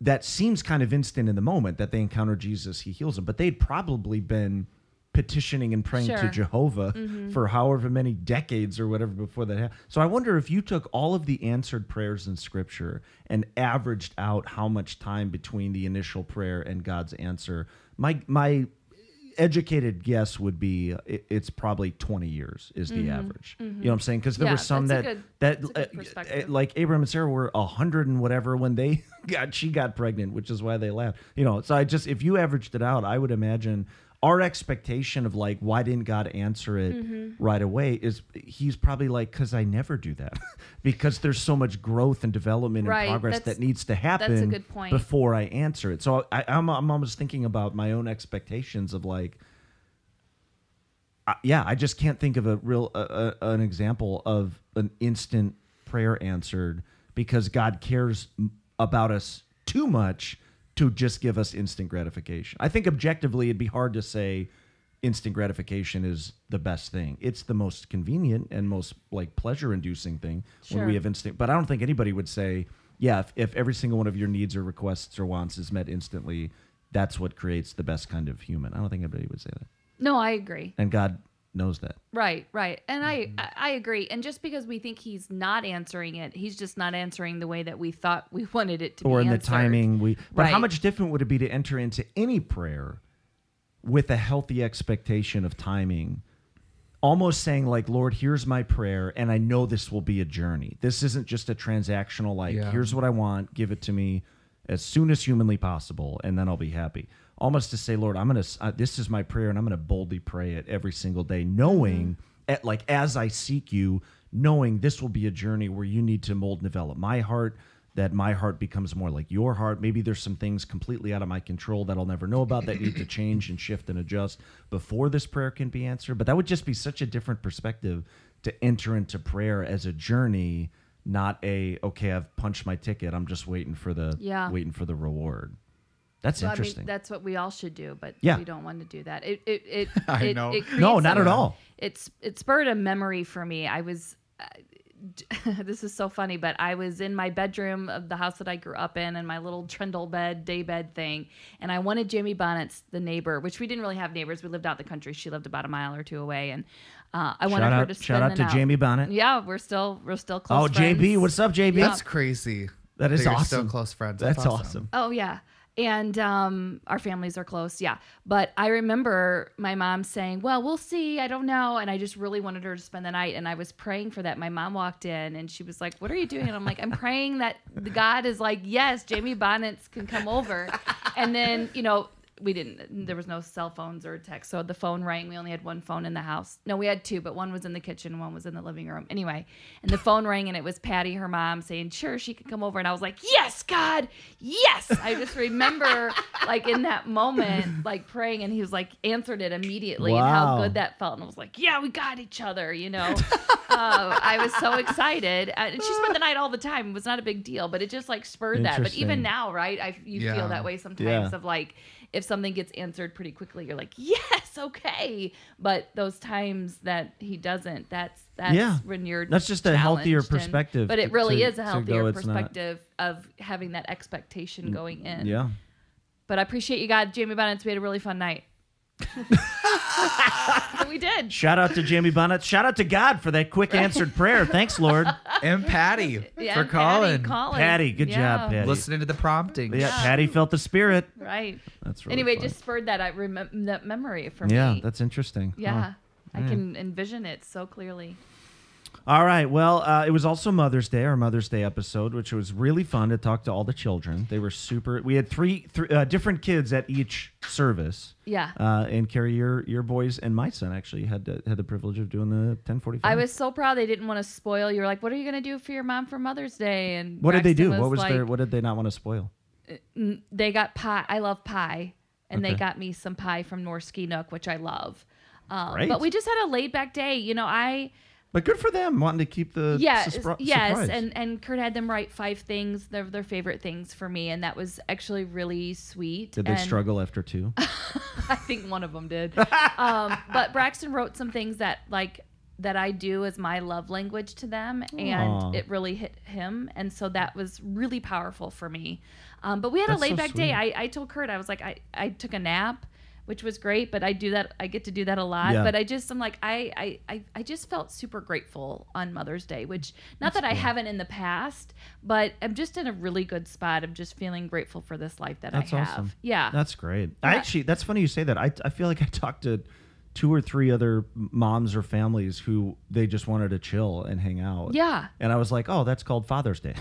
Speaker 2: that seems kind of instant in the moment that they encounter jesus he heals them but they'd probably been petitioning and praying to
Speaker 4: Sure. Mm-hmm.
Speaker 2: jehovah for however many decades or whatever before that happened so i wonder if you took all of the answered prayers in scripture and averaged out how much time between the initial prayer and god's answer my my educated guess would be uh, it, it's probably 20 years is the average you know what i'm saying because there
Speaker 4: Mm-hmm. Yeah,
Speaker 2: were some that
Speaker 4: that's a
Speaker 2: that
Speaker 4: that's a
Speaker 2: uh,
Speaker 4: good perspective.
Speaker 2: uh, like abraham and sarah were 100 and whatever when they *laughs* got she got pregnant which is why they laughed you know so i just if you averaged it out i would imagine our expectation of like why didn't god answer it
Speaker 4: Mm-hmm.
Speaker 2: right away is he's probably like because i never do that *laughs* because there's so much growth and development
Speaker 4: Right,
Speaker 2: and progress
Speaker 4: that's-
Speaker 2: that needs to happen
Speaker 4: good point.
Speaker 2: before i answer it so I, I'm, I'm almost thinking about my own expectations of like I- yeah, I just can't think of a real uh, uh, an example of an instant prayer answered because God cares m- about us too much to just give us instant gratification. I think objectively, it'd be hard to say instant gratification is the best thing. It's the most convenient and most like pleasure inducing thing when we
Speaker 4: Sure.
Speaker 2: have instant. But I don't think anybody would say, yeah, if, if every single one of your needs or requests or wants is met instantly, that's what creates the best kind of human. I don't think anybody would say that.
Speaker 4: No, I agree.
Speaker 2: And God knows that.
Speaker 4: Right, right. And I
Speaker 2: Mm-hmm.
Speaker 4: I I agree. And just because we think he's not answering it, he's just not answering the way that we thought we *laughs* wanted it to
Speaker 2: or
Speaker 4: be
Speaker 2: in the
Speaker 4: answered.
Speaker 2: timing we but how
Speaker 4: Right.
Speaker 2: much different would it be to enter into any prayer with a healthy expectation of timing almost saying like lord here's my prayer and i know this will be a journey this isn't just a transactional like
Speaker 3: Yeah.
Speaker 2: here's what i want give it to me as soon as humanly possible and then i'll be happy almost to say lord i'm gonna uh, this is my prayer and i'm gonna boldly pray it every single day knowing at like as i seek you knowing this will be a journey where you need to mold and develop my heart that my heart becomes more like your heart maybe there's some things completely out of my control that i'll never know about that need to change and shift and adjust before this prayer can be answered but that would just be such a different perspective to enter into prayer as a journey not a okay i've punched my ticket i'm just waiting for the
Speaker 4: Yeah.
Speaker 2: waiting for the reward that's
Speaker 4: So, I mean,
Speaker 2: interesting
Speaker 4: that's what we all should do, but
Speaker 2: Yeah.
Speaker 4: we don't want to do that. It
Speaker 2: *laughs*
Speaker 4: it it,
Speaker 3: I
Speaker 4: it,
Speaker 3: know.
Speaker 4: it
Speaker 2: no
Speaker 4: creates
Speaker 2: not
Speaker 4: a-
Speaker 2: at all
Speaker 4: It's it spurred a memory for me. I was uh, d- *laughs* this is so funny, but I was in my bedroom of the house that I grew up in and my little trundle bed, day bed thing, and I wanted Jamie Bonnet's The Neighbor, which we didn't really have neighbors. We lived out in the country. She lived about a mile or two away and uh, I wanted
Speaker 2: shout
Speaker 4: her
Speaker 2: out
Speaker 4: to spend
Speaker 2: shout out
Speaker 4: the
Speaker 2: to
Speaker 4: night-
Speaker 2: jamie bonnet
Speaker 4: Yeah, we're still we're still close.
Speaker 2: oh jb
Speaker 4: friends.
Speaker 2: what's up jb
Speaker 3: That's crazy.
Speaker 2: That is
Speaker 3: you're Still
Speaker 2: awesome.
Speaker 3: close friends.
Speaker 2: that's awesome
Speaker 4: Oh yeah. And um, our families are close, yeah. But I remember my mom saying, "Well, we'll see. I don't know." And I just really wanted her to spend the night, and I was praying for that. My mom walked in, and she was like, "What are you doing?" And I'm like, "I'm praying that the God is like, yes, Jamie Bonnets can come over." And then you know, we didn't. There was no cell phones or text, so the phone rang. We only had one phone in the house. No, we had two, but one was in the kitchen, one was in the living room. Anyway, and the phone rang, and it was Patty, her mom, saying, "Sure, she could come over." And I was like, "Yes, God, yes!" I just remember, like in that moment, like praying, and he was like answered it immediately, and how
Speaker 2: Wow.
Speaker 4: good that felt. And I was like, "Yeah, we got each other," you know. uh, I was so excited. And she spent the night all the time. It was not a big deal, but it just like spurred that. But
Speaker 2: Interesting.
Speaker 4: even now, right? I you
Speaker 3: Yeah.
Speaker 4: feel that way sometimes
Speaker 2: Yeah.
Speaker 4: of like if something gets answered pretty quickly, you're like, *laughs* yes, okay. But those times that he doesn't, that's that's
Speaker 2: Yeah.
Speaker 4: when you're
Speaker 2: That's just a healthier
Speaker 4: challenged and-
Speaker 2: perspective
Speaker 4: but
Speaker 2: to-
Speaker 4: it really
Speaker 2: to-
Speaker 4: is
Speaker 2: to
Speaker 4: a
Speaker 2: go,
Speaker 4: healthier
Speaker 2: "It's not." Mm,
Speaker 4: perspective of having that expectation going in.
Speaker 2: yeah
Speaker 4: But I appreciate you guys, Jamie Bonnets. We had a really fun
Speaker 2: *laughs*
Speaker 4: night. *laughs* we did.
Speaker 2: Shout out to Jamie Bonnet. Shout out to God for that quick answered prayer. Thanks, Lord.
Speaker 4: *laughs*
Speaker 3: *laughs* And Patty
Speaker 4: Yeah,
Speaker 3: for
Speaker 4: and Patty
Speaker 3: calling.
Speaker 4: calling.
Speaker 2: Patty, good job, Patty.
Speaker 3: Listening to the prompting.
Speaker 2: Yeah, Patty felt the spirit.
Speaker 4: Right.
Speaker 2: That's really
Speaker 4: anyway,
Speaker 2: fun.
Speaker 4: just spurred that I remem- that memory for
Speaker 2: yeah,
Speaker 4: me.
Speaker 2: that's interesting. Huh.
Speaker 4: yeah. I can envision it so clearly.
Speaker 2: All right. Well, uh, it was also Mother's Day, our Mother's Day episode, which was really fun to talk to all the children. They were super. We had three, three uh, different kids at each service.
Speaker 4: Yeah.
Speaker 2: Uh, and Carrie, your your boys and my son actually had the had the privilege of doing the ten forty five.
Speaker 4: I was so proud they didn't want to spoil. You were like, "What are you gonna do for your mom for Mother's Day?" And
Speaker 2: What did they
Speaker 4: Braxton
Speaker 2: do? What was
Speaker 4: like,
Speaker 2: their? What did they not want to spoil?
Speaker 4: They got pie. I love pie, and
Speaker 2: Okay.
Speaker 4: they got me some pie from Norski Nook, which I love. Um,
Speaker 2: Great.
Speaker 4: But we just had a laid back day. You know, I
Speaker 2: But good for them wanting to keep the
Speaker 4: yes,
Speaker 2: suspri-
Speaker 4: yes,
Speaker 2: surprise.
Speaker 4: and and Kurt had them write five things, their their favorite things for me, and that was actually really sweet.
Speaker 2: did they
Speaker 4: and-
Speaker 2: struggle after two?
Speaker 4: *laughs* I think one of them did.
Speaker 2: *laughs*
Speaker 4: um, but Braxton wrote some things that like that I do as my love language to them, and
Speaker 2: Aw.
Speaker 4: it really hit him, and so that was really powerful for me. Um, but we had
Speaker 2: That's
Speaker 4: a
Speaker 2: so
Speaker 4: laid back
Speaker 2: sweet.
Speaker 4: day. I, I told Kurt I was like I I took a nap. Which was great, but I do that. I get to do that a lot.
Speaker 2: Yeah.
Speaker 4: But I just, I'm like, I, I, I, I just felt super grateful on Mother's Day. Which, not that I haven't in the past, but I'm just in a really good spot. I'm just feeling grateful for this life that
Speaker 2: That's
Speaker 4: I have.
Speaker 2: awesome.
Speaker 4: Yeah.
Speaker 2: That's great. I
Speaker 4: Yeah.
Speaker 2: actually, that's funny you say that. I, I feel like I talked to two or three other moms or families who they just wanted to chill and hang out.
Speaker 4: Yeah.
Speaker 2: And I was like, oh, that's called Father's Day.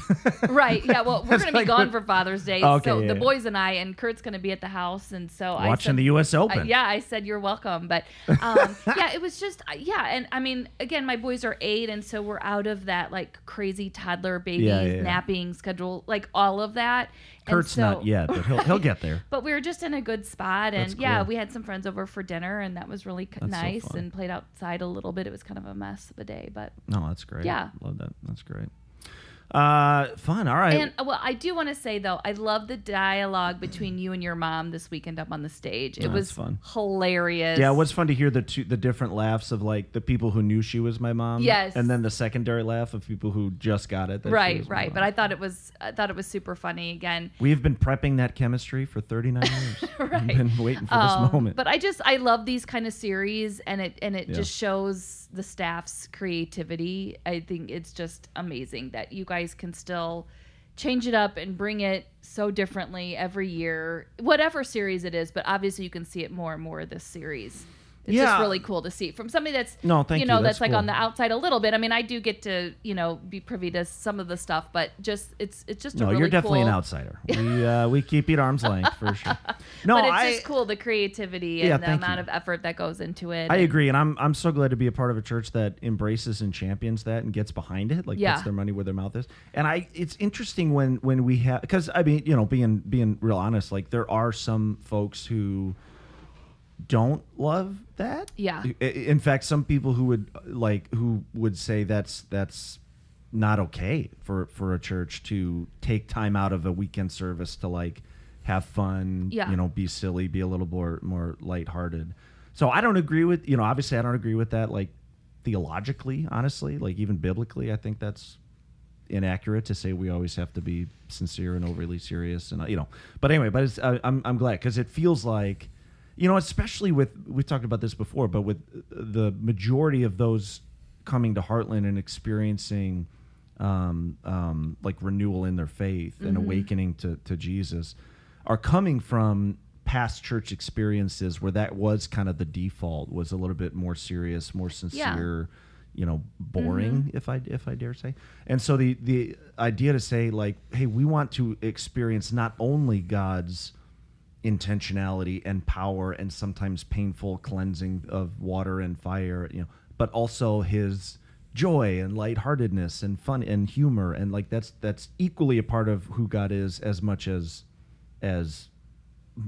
Speaker 4: Right. Yeah.
Speaker 2: *laughs*
Speaker 4: Well, we're
Speaker 2: That's
Speaker 4: gonna be
Speaker 2: like
Speaker 4: gone
Speaker 2: what- Oh,
Speaker 4: for Father's Day,
Speaker 2: Okay,
Speaker 4: so
Speaker 2: yeah,
Speaker 4: the
Speaker 2: yeah.
Speaker 4: boys and I, and Kurt's gonna be at the house, and so I
Speaker 2: Watching
Speaker 4: said-
Speaker 2: the U.S. Open.
Speaker 4: I- yeah, I said you're
Speaker 2: *laughs*
Speaker 4: welcome, but um, yeah, it was just I- yeah, and I mean, again, my boys are eight, and so we're out of that like crazy toddler baby
Speaker 2: Yeah, yeah, yeah.
Speaker 4: napping schedule, like all of that. And
Speaker 2: Kurt's
Speaker 4: so-
Speaker 2: not yet, but he'll,
Speaker 4: *laughs*
Speaker 2: he'll get there.
Speaker 4: But we were just in a good spot, and
Speaker 2: That's
Speaker 4: yeah,
Speaker 2: cool.
Speaker 4: we had some friends over for dinner, and that was really c-
Speaker 2: That's so
Speaker 4: nice,
Speaker 2: fun.
Speaker 4: and played outside a little bit. It was kind of a mess of a day, but
Speaker 2: No, that's great.
Speaker 4: Yeah.
Speaker 2: Love that. That's great. Uh, fun. All right.
Speaker 4: And uh, well, I do want to say though, I love the dialogue between you and your mom this weekend up on the stage. It
Speaker 2: Oh, That's
Speaker 4: was
Speaker 2: fun.
Speaker 4: hilarious.
Speaker 2: yeah, it was fun to hear the two, the different laughs of like the people who knew she was my mom.
Speaker 4: Yes.
Speaker 2: And then the secondary laugh of people who just got it. that she
Speaker 4: right,
Speaker 2: was my
Speaker 4: right.
Speaker 2: mom.
Speaker 4: But I thought it was, I thought it was super funny again.
Speaker 2: We've been prepping that chemistry for 39
Speaker 4: *laughs*
Speaker 2: years.
Speaker 4: Right.
Speaker 2: We've been waiting for
Speaker 4: Um,
Speaker 2: this moment.
Speaker 4: But I just I love these kind of series, and it and it
Speaker 2: Yeah.
Speaker 4: just shows the staff's creativity. I think it's just amazing that you guys can still change it up and bring it so differently every year, whatever series it is. But obviously, you can see it more and more this series. It's
Speaker 2: Yeah.
Speaker 4: just really cool to see from somebody that's
Speaker 2: No, thank you.
Speaker 4: know
Speaker 2: That's
Speaker 4: that's, like on
Speaker 2: cool.
Speaker 4: the outside a little bit. I mean, I do get to you know be privy to some of the stuff, but just it's it's just a
Speaker 2: no,
Speaker 4: really
Speaker 2: you're definitely
Speaker 4: cool,
Speaker 2: an
Speaker 4: *laughs*
Speaker 2: outsider. We uh, we keep you at arm's length for sure. No,
Speaker 4: but it's
Speaker 2: I
Speaker 4: just cool the creativity and
Speaker 2: Yeah,
Speaker 4: the
Speaker 2: thank
Speaker 4: amount
Speaker 2: you.
Speaker 4: of effort that goes into it.
Speaker 2: I
Speaker 4: And-
Speaker 2: agree, and I'm I'm so glad to be a part of a church that embraces and champions that and gets behind it, like
Speaker 4: Yeah.
Speaker 2: puts their money where their mouth is. And I, it's interesting when when we have because I mean you know being being real honest, like there are some folks who don't love that.
Speaker 4: Yeah.
Speaker 2: I- In fact, some people who would uh, like who would say that's that's not okay for for a church to take time out of a weekend service to like have fun,
Speaker 4: Yeah.
Speaker 2: you know, be silly, be a little more more lighthearted. So I don't agree with, you know, obviously I don't agree with that like theologically, honestly, like even biblically, I think that's inaccurate to say we always have to be sincere and overly serious and uh, you know but anyway but it's, I, I'm, I'm glad because it feels like you know especially with we've talked about this before but with uh, the majority of those coming to heartland and experiencing um, um, like renewal in their faith and awakening to, to jesus are coming from past church experiences where that was kind of the default was a little bit more serious more sincere you know boring if i if i dare say and so the the idea to say like hey we want to experience not only god's intentionality and power and sometimes painful cleansing of water and fire you know but also his joy and lightheartedness and fun and humor and like that's that's equally a part of who god is as much as as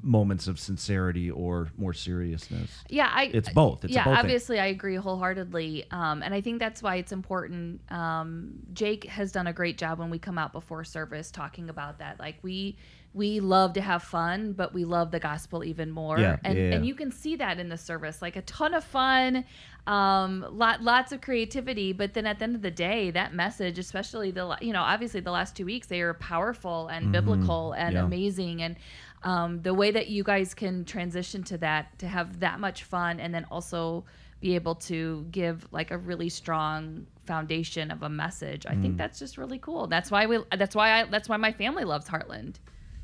Speaker 2: moments of sincerity or more seriousness
Speaker 4: Yeah, I.
Speaker 2: It's both. It's a
Speaker 4: yeah,
Speaker 2: both thing.
Speaker 4: obviously, I agree wholeheartedly, um, and I think that's why it's important. Um, Jake has done a great job when we come out before service talking about that. Like we we love to have fun, but we love the gospel even more.
Speaker 2: Yeah,
Speaker 4: and
Speaker 2: yeah, yeah.
Speaker 4: and you can see that in the service, like a ton of fun, um, lot lots of creativity. But then at the end of the day, that message, especially the la- you know obviously the last two weeks, they are powerful and biblical
Speaker 2: Mm-hmm.
Speaker 4: and
Speaker 2: yeah.
Speaker 4: amazing amazing and um, the way that you guys can transition to that to have that much fun and then also be able to give like a really strong foundation of a message i
Speaker 2: Mm.
Speaker 4: think that's just really cool that's why we that's why i that's why my family loves heartland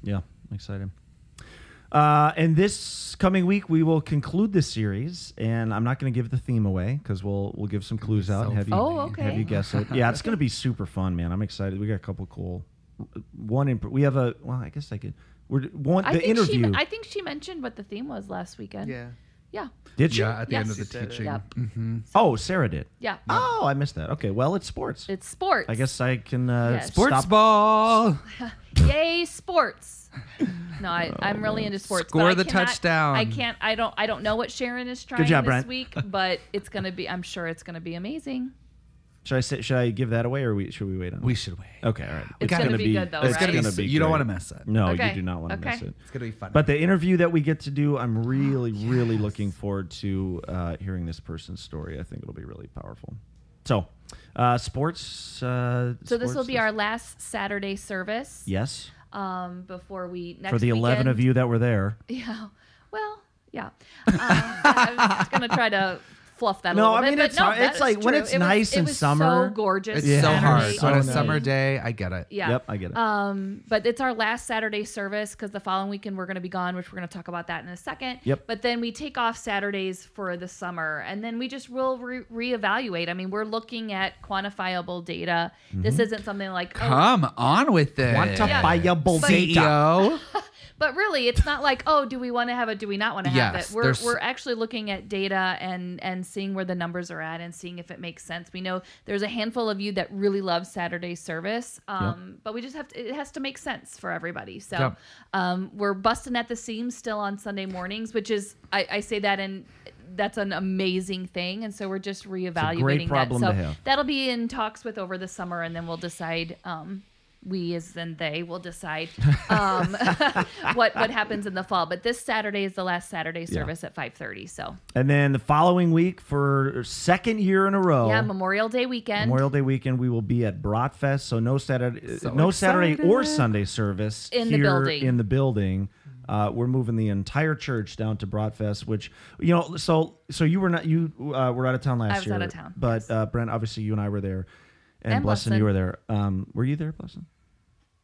Speaker 2: Yeah, I'm excited. Uh, and this coming week, we will conclude this series, and I'm not going to give the theme away because we'll we'll give some clues out.
Speaker 3: so
Speaker 2: and have you
Speaker 4: Oh, okay.
Speaker 2: have you guess it? Yeah, it's going to be super fun, man. I'm excited. We got a couple cool. One in we have a well, I guess I could. We're one
Speaker 4: i
Speaker 2: the
Speaker 4: think
Speaker 2: interview.
Speaker 4: she i think she mentioned what the theme was last weekend
Speaker 5: Yeah.
Speaker 4: yeah
Speaker 2: did she?
Speaker 3: Yeah, at the
Speaker 4: Yes.
Speaker 3: end of the
Speaker 5: She said it.
Speaker 3: teaching.
Speaker 4: Yep.
Speaker 2: Oh, Sarah did.
Speaker 4: yeah
Speaker 2: Oh, I missed that. Okay, well, it's sports.
Speaker 4: it's sports
Speaker 2: I guess I can uh,
Speaker 4: Yes.
Speaker 2: stop-
Speaker 3: Sports ball.
Speaker 4: yay sports
Speaker 3: *laughs*
Speaker 4: no I, i'm really into sports but
Speaker 3: Score
Speaker 4: I
Speaker 3: the
Speaker 4: cannot-
Speaker 3: touchdown.
Speaker 4: i can't i don't i don't know what sharon is trying
Speaker 2: job,
Speaker 4: this
Speaker 2: Brent.
Speaker 4: week but it's gonna be i'm sure it's gonna be amazing
Speaker 2: Should I say, should I give that away or we, should we wait on?
Speaker 3: We
Speaker 2: it?
Speaker 3: should wait.
Speaker 2: Okay, all right.
Speaker 4: It's
Speaker 2: gonna
Speaker 4: gonna be good, though,
Speaker 2: It's
Speaker 4: right?
Speaker 2: gonna
Speaker 3: So
Speaker 2: be.
Speaker 3: you don't
Speaker 2: great.
Speaker 3: wanna miss it.
Speaker 2: No,
Speaker 4: Okay.
Speaker 2: you do not want to miss
Speaker 4: Okay.
Speaker 2: it.
Speaker 3: It's gonna be fun.
Speaker 2: But the interview that we get to do,
Speaker 4: Oh,
Speaker 2: I'm really, really looking forward to uh, hearing this person's story. I think it'll be really powerful. So, uh, sports. Uh,
Speaker 4: So this will
Speaker 2: sports
Speaker 4: be our last Saturday service.
Speaker 2: yes
Speaker 4: Um, before we next
Speaker 2: for the 11 of
Speaker 4: weekend-
Speaker 2: you that were there.
Speaker 4: *laughs* Yeah. Well, yeah. Um, I was gonna try to fluff that.
Speaker 2: No,
Speaker 4: a little
Speaker 2: I
Speaker 4: bit,
Speaker 2: mean,
Speaker 4: but
Speaker 2: it's
Speaker 4: no,
Speaker 2: hard-
Speaker 4: that
Speaker 2: it's
Speaker 4: is
Speaker 2: like when
Speaker 4: true.
Speaker 2: it's
Speaker 4: It was-
Speaker 2: nice
Speaker 4: it
Speaker 2: and
Speaker 4: was
Speaker 2: summer,
Speaker 4: so gorgeous.
Speaker 3: it's so
Speaker 2: Saturday
Speaker 3: hard.
Speaker 2: night.
Speaker 3: on
Speaker 2: So
Speaker 3: a
Speaker 2: nice.
Speaker 3: summer day, I get it.
Speaker 4: Yeah.
Speaker 2: Yep, I get it.
Speaker 4: Um, but it's our last Saturday service because the following weekend we're going to be gone, which we're going to talk about that in a second.
Speaker 2: Yep.
Speaker 4: But then we take off Saturdays for the summer, and then we just will re- reevaluate. I mean, we're looking at quantifiable data. This isn't something like oh,
Speaker 3: Come on with it.
Speaker 2: Quantifiable data.
Speaker 3: CEO.
Speaker 4: But really, it's not like, oh, do we want to have it? Do we not want to have
Speaker 3: Yes,
Speaker 4: it? We're,
Speaker 3: there's-
Speaker 4: we're actually looking at data and and seeing where the numbers are at and seeing if it makes sense. We know there's a handful of you that really love Saturday service, um, but we just have to, it has to make sense for everybody. So
Speaker 3: Yep.
Speaker 4: um, we're busting at the seams still on Sunday mornings, which is I, I say that in that's an amazing thing, and so we're just reevaluating
Speaker 2: problem
Speaker 4: that.
Speaker 2: to
Speaker 4: So
Speaker 2: have.
Speaker 4: that'll be in talks with over the summer, and then we'll decide. Um, we as in they will decide um, *laughs* what what happens in the fall. But this Saturday is the last Saturday service at five thirty. So
Speaker 2: And then the following week, for second year in a row,
Speaker 4: yeah, Memorial Day
Speaker 2: Oh.
Speaker 4: weekend.
Speaker 2: Memorial Day weekend, we will be at Bratfest. So no Saturday,
Speaker 3: So
Speaker 2: no Saturday or
Speaker 3: excited.
Speaker 2: Sunday service
Speaker 4: In the
Speaker 2: here
Speaker 4: building.
Speaker 2: In the building, uh, we're moving the entire church down to Bratfest, which you know. So so you were not you uh, were out of town last
Speaker 4: was
Speaker 2: year.
Speaker 4: out of town,
Speaker 2: But
Speaker 4: yes.
Speaker 2: uh, Brent, obviously, you and I were there, and,
Speaker 4: And
Speaker 2: Blessin,
Speaker 4: Blessin.
Speaker 2: you were there. Um, were you there, Blessin?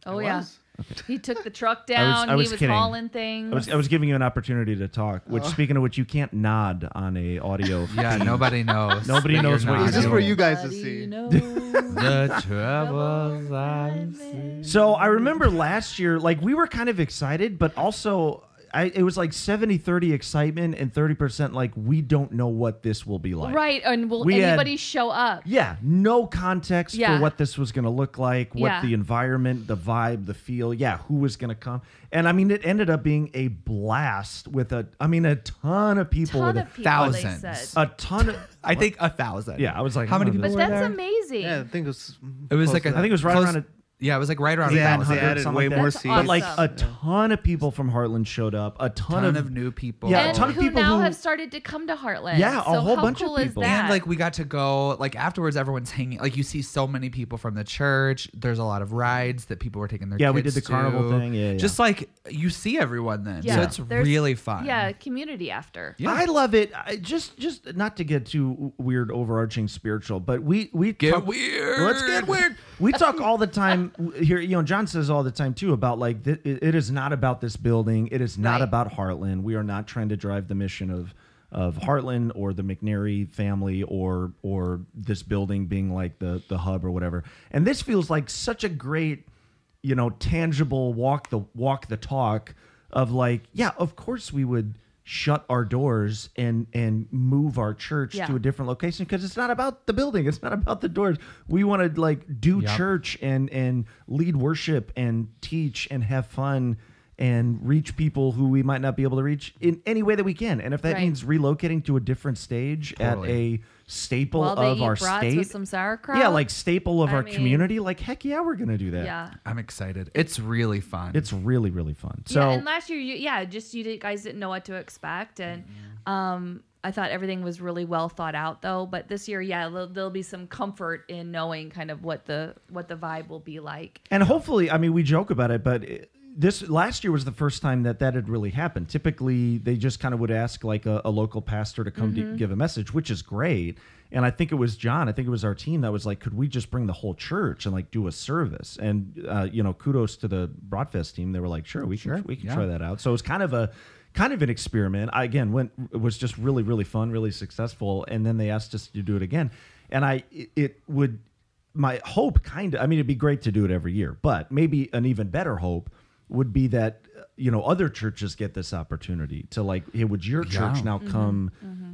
Speaker 4: oh
Speaker 5: I
Speaker 4: yeah,
Speaker 5: was.
Speaker 4: he took the truck down.
Speaker 2: *laughs* I was
Speaker 4: he was
Speaker 2: kidding.
Speaker 4: hauling things.
Speaker 2: I was, I was giving you an opportunity to talk. Which, speaking of which, you can't nod on a audio. *laughs*
Speaker 3: Yeah, nobody knows.
Speaker 2: Nobody
Speaker 3: that
Speaker 2: knows
Speaker 3: you're
Speaker 2: what
Speaker 3: not
Speaker 5: It's just
Speaker 2: know.
Speaker 5: for
Speaker 3: doing
Speaker 5: you guys to
Speaker 4: Buddy, you
Speaker 5: see.
Speaker 4: know
Speaker 3: *laughs* The troubles
Speaker 2: *laughs*
Speaker 3: I'm
Speaker 2: So I remember last year, like we were kind of excited, but also I, it was like 70 30 excitement and 30% like we don't know what this will be *laughs* like.
Speaker 4: right, and will
Speaker 2: We had-
Speaker 4: anybody show up?
Speaker 2: Yeah, no context
Speaker 4: Yeah.
Speaker 2: for what this was going to look like, what
Speaker 4: Yeah.
Speaker 2: the environment, the vibe, the feel. Yeah, who was going to come. And I mean, it ended up being a blast with a, I mean, a ton of people.
Speaker 4: Ton
Speaker 2: with
Speaker 4: of people, they
Speaker 3: thousands.
Speaker 4: said.
Speaker 2: a, a ton of,
Speaker 3: I think a thousand.
Speaker 2: yeah, I was like,
Speaker 3: How many
Speaker 2: oh,
Speaker 3: people
Speaker 4: But
Speaker 2: that's-
Speaker 3: were
Speaker 4: that's
Speaker 3: there?
Speaker 4: amazing.
Speaker 5: Yeah, I think it was.
Speaker 3: It was
Speaker 5: close
Speaker 3: like
Speaker 5: to
Speaker 3: a,
Speaker 5: that.
Speaker 2: I think it was right
Speaker 3: close-
Speaker 2: around a-
Speaker 3: yeah, it was like right around
Speaker 5: Yeah,
Speaker 3: yeah,
Speaker 5: they added
Speaker 2: something
Speaker 5: way
Speaker 2: like that.
Speaker 5: more
Speaker 4: That's
Speaker 5: seats.
Speaker 2: But like a
Speaker 4: Awesome.
Speaker 2: ton of people from Heartland showed up. A ton,
Speaker 3: Ton
Speaker 2: of,
Speaker 3: of new people.
Speaker 2: Yeah,
Speaker 4: and
Speaker 2: a ton of
Speaker 4: who
Speaker 2: people
Speaker 4: now
Speaker 2: who-
Speaker 4: have started to come to Heartland.
Speaker 2: Yeah, a
Speaker 4: So
Speaker 2: whole
Speaker 4: how
Speaker 2: bunch of
Speaker 4: cool
Speaker 2: people.
Speaker 4: Is that?
Speaker 3: And like we got to go like afterwards everyone's hanging like you see so many people from the church. There's a lot of rides that people were taking their
Speaker 2: Yeah, we
Speaker 3: kids
Speaker 2: did the carnival
Speaker 3: to.
Speaker 2: thing. Yeah, yeah.
Speaker 3: Just like you see everyone then.
Speaker 4: yeah,
Speaker 3: So it's
Speaker 4: there's-
Speaker 3: really fun.
Speaker 4: Yeah, community after.
Speaker 3: Yeah.
Speaker 2: I love it. I just just not to get too w- weird, overarching spiritual, but we we
Speaker 3: Get weird.
Speaker 2: Let's get weird. We talk all the time w- here. You know, John says all the time too about like th- it it is not about this building. It is not
Speaker 4: Right.
Speaker 2: about Heartland. We are not trying to drive the mission of of Heartland or the McNary family or or this building being like the the hub or whatever. And this feels like such a great you know tangible walk the walk the talk of like yeah of course we would shut our doors and and move our church
Speaker 4: Yeah.
Speaker 2: to a different location because it's not about the building it's not about the doors we want to like do church and and lead worship and teach and have fun and reach people who we might not be able to reach in any way that we can and if that
Speaker 4: Right.
Speaker 2: means relocating to a different stage
Speaker 3: Totally.
Speaker 2: at a staple
Speaker 4: While they
Speaker 2: of
Speaker 4: eat
Speaker 2: our
Speaker 4: brats
Speaker 2: state
Speaker 4: with some sauerkraut.
Speaker 2: yeah like staple of
Speaker 4: I
Speaker 2: our
Speaker 4: mean-
Speaker 2: community like heck yeah we're gonna do that
Speaker 4: yeah.
Speaker 3: I'm excited. It's really fun.
Speaker 2: it's really really fun. So
Speaker 4: yeah, and last year, you, yeah, just you did- guys didn't know what to expect, and
Speaker 2: Mm-hmm.
Speaker 4: um, I thought everything was really well thought out, though. But this year, yeah, there'll, there'll be some comfort in knowing kind of what the what the vibe will be like.
Speaker 2: and hopefully, I mean, we joke about it, but it, this last year was the first time that that had really happened. Typically, they just kind of would ask like a, a local pastor to come to give a message, which is great. And I think it was John. I think it was our team that was like, could we just bring the whole church and like do a service? And uh, you know, kudos to the Broadfest team. They were like, sure, we can, we can
Speaker 3: yeah.
Speaker 2: try that out. So it was kind of a kind of an experiment. I again went it was just really really fun, really successful, and then they asked us to do it again. And I it- it would my hope kind of I mean it'd be great to do it every year, but maybe an even better hope would be that uh, you know other churches get this opportunity to like hey would your church
Speaker 3: Yeah.
Speaker 2: now come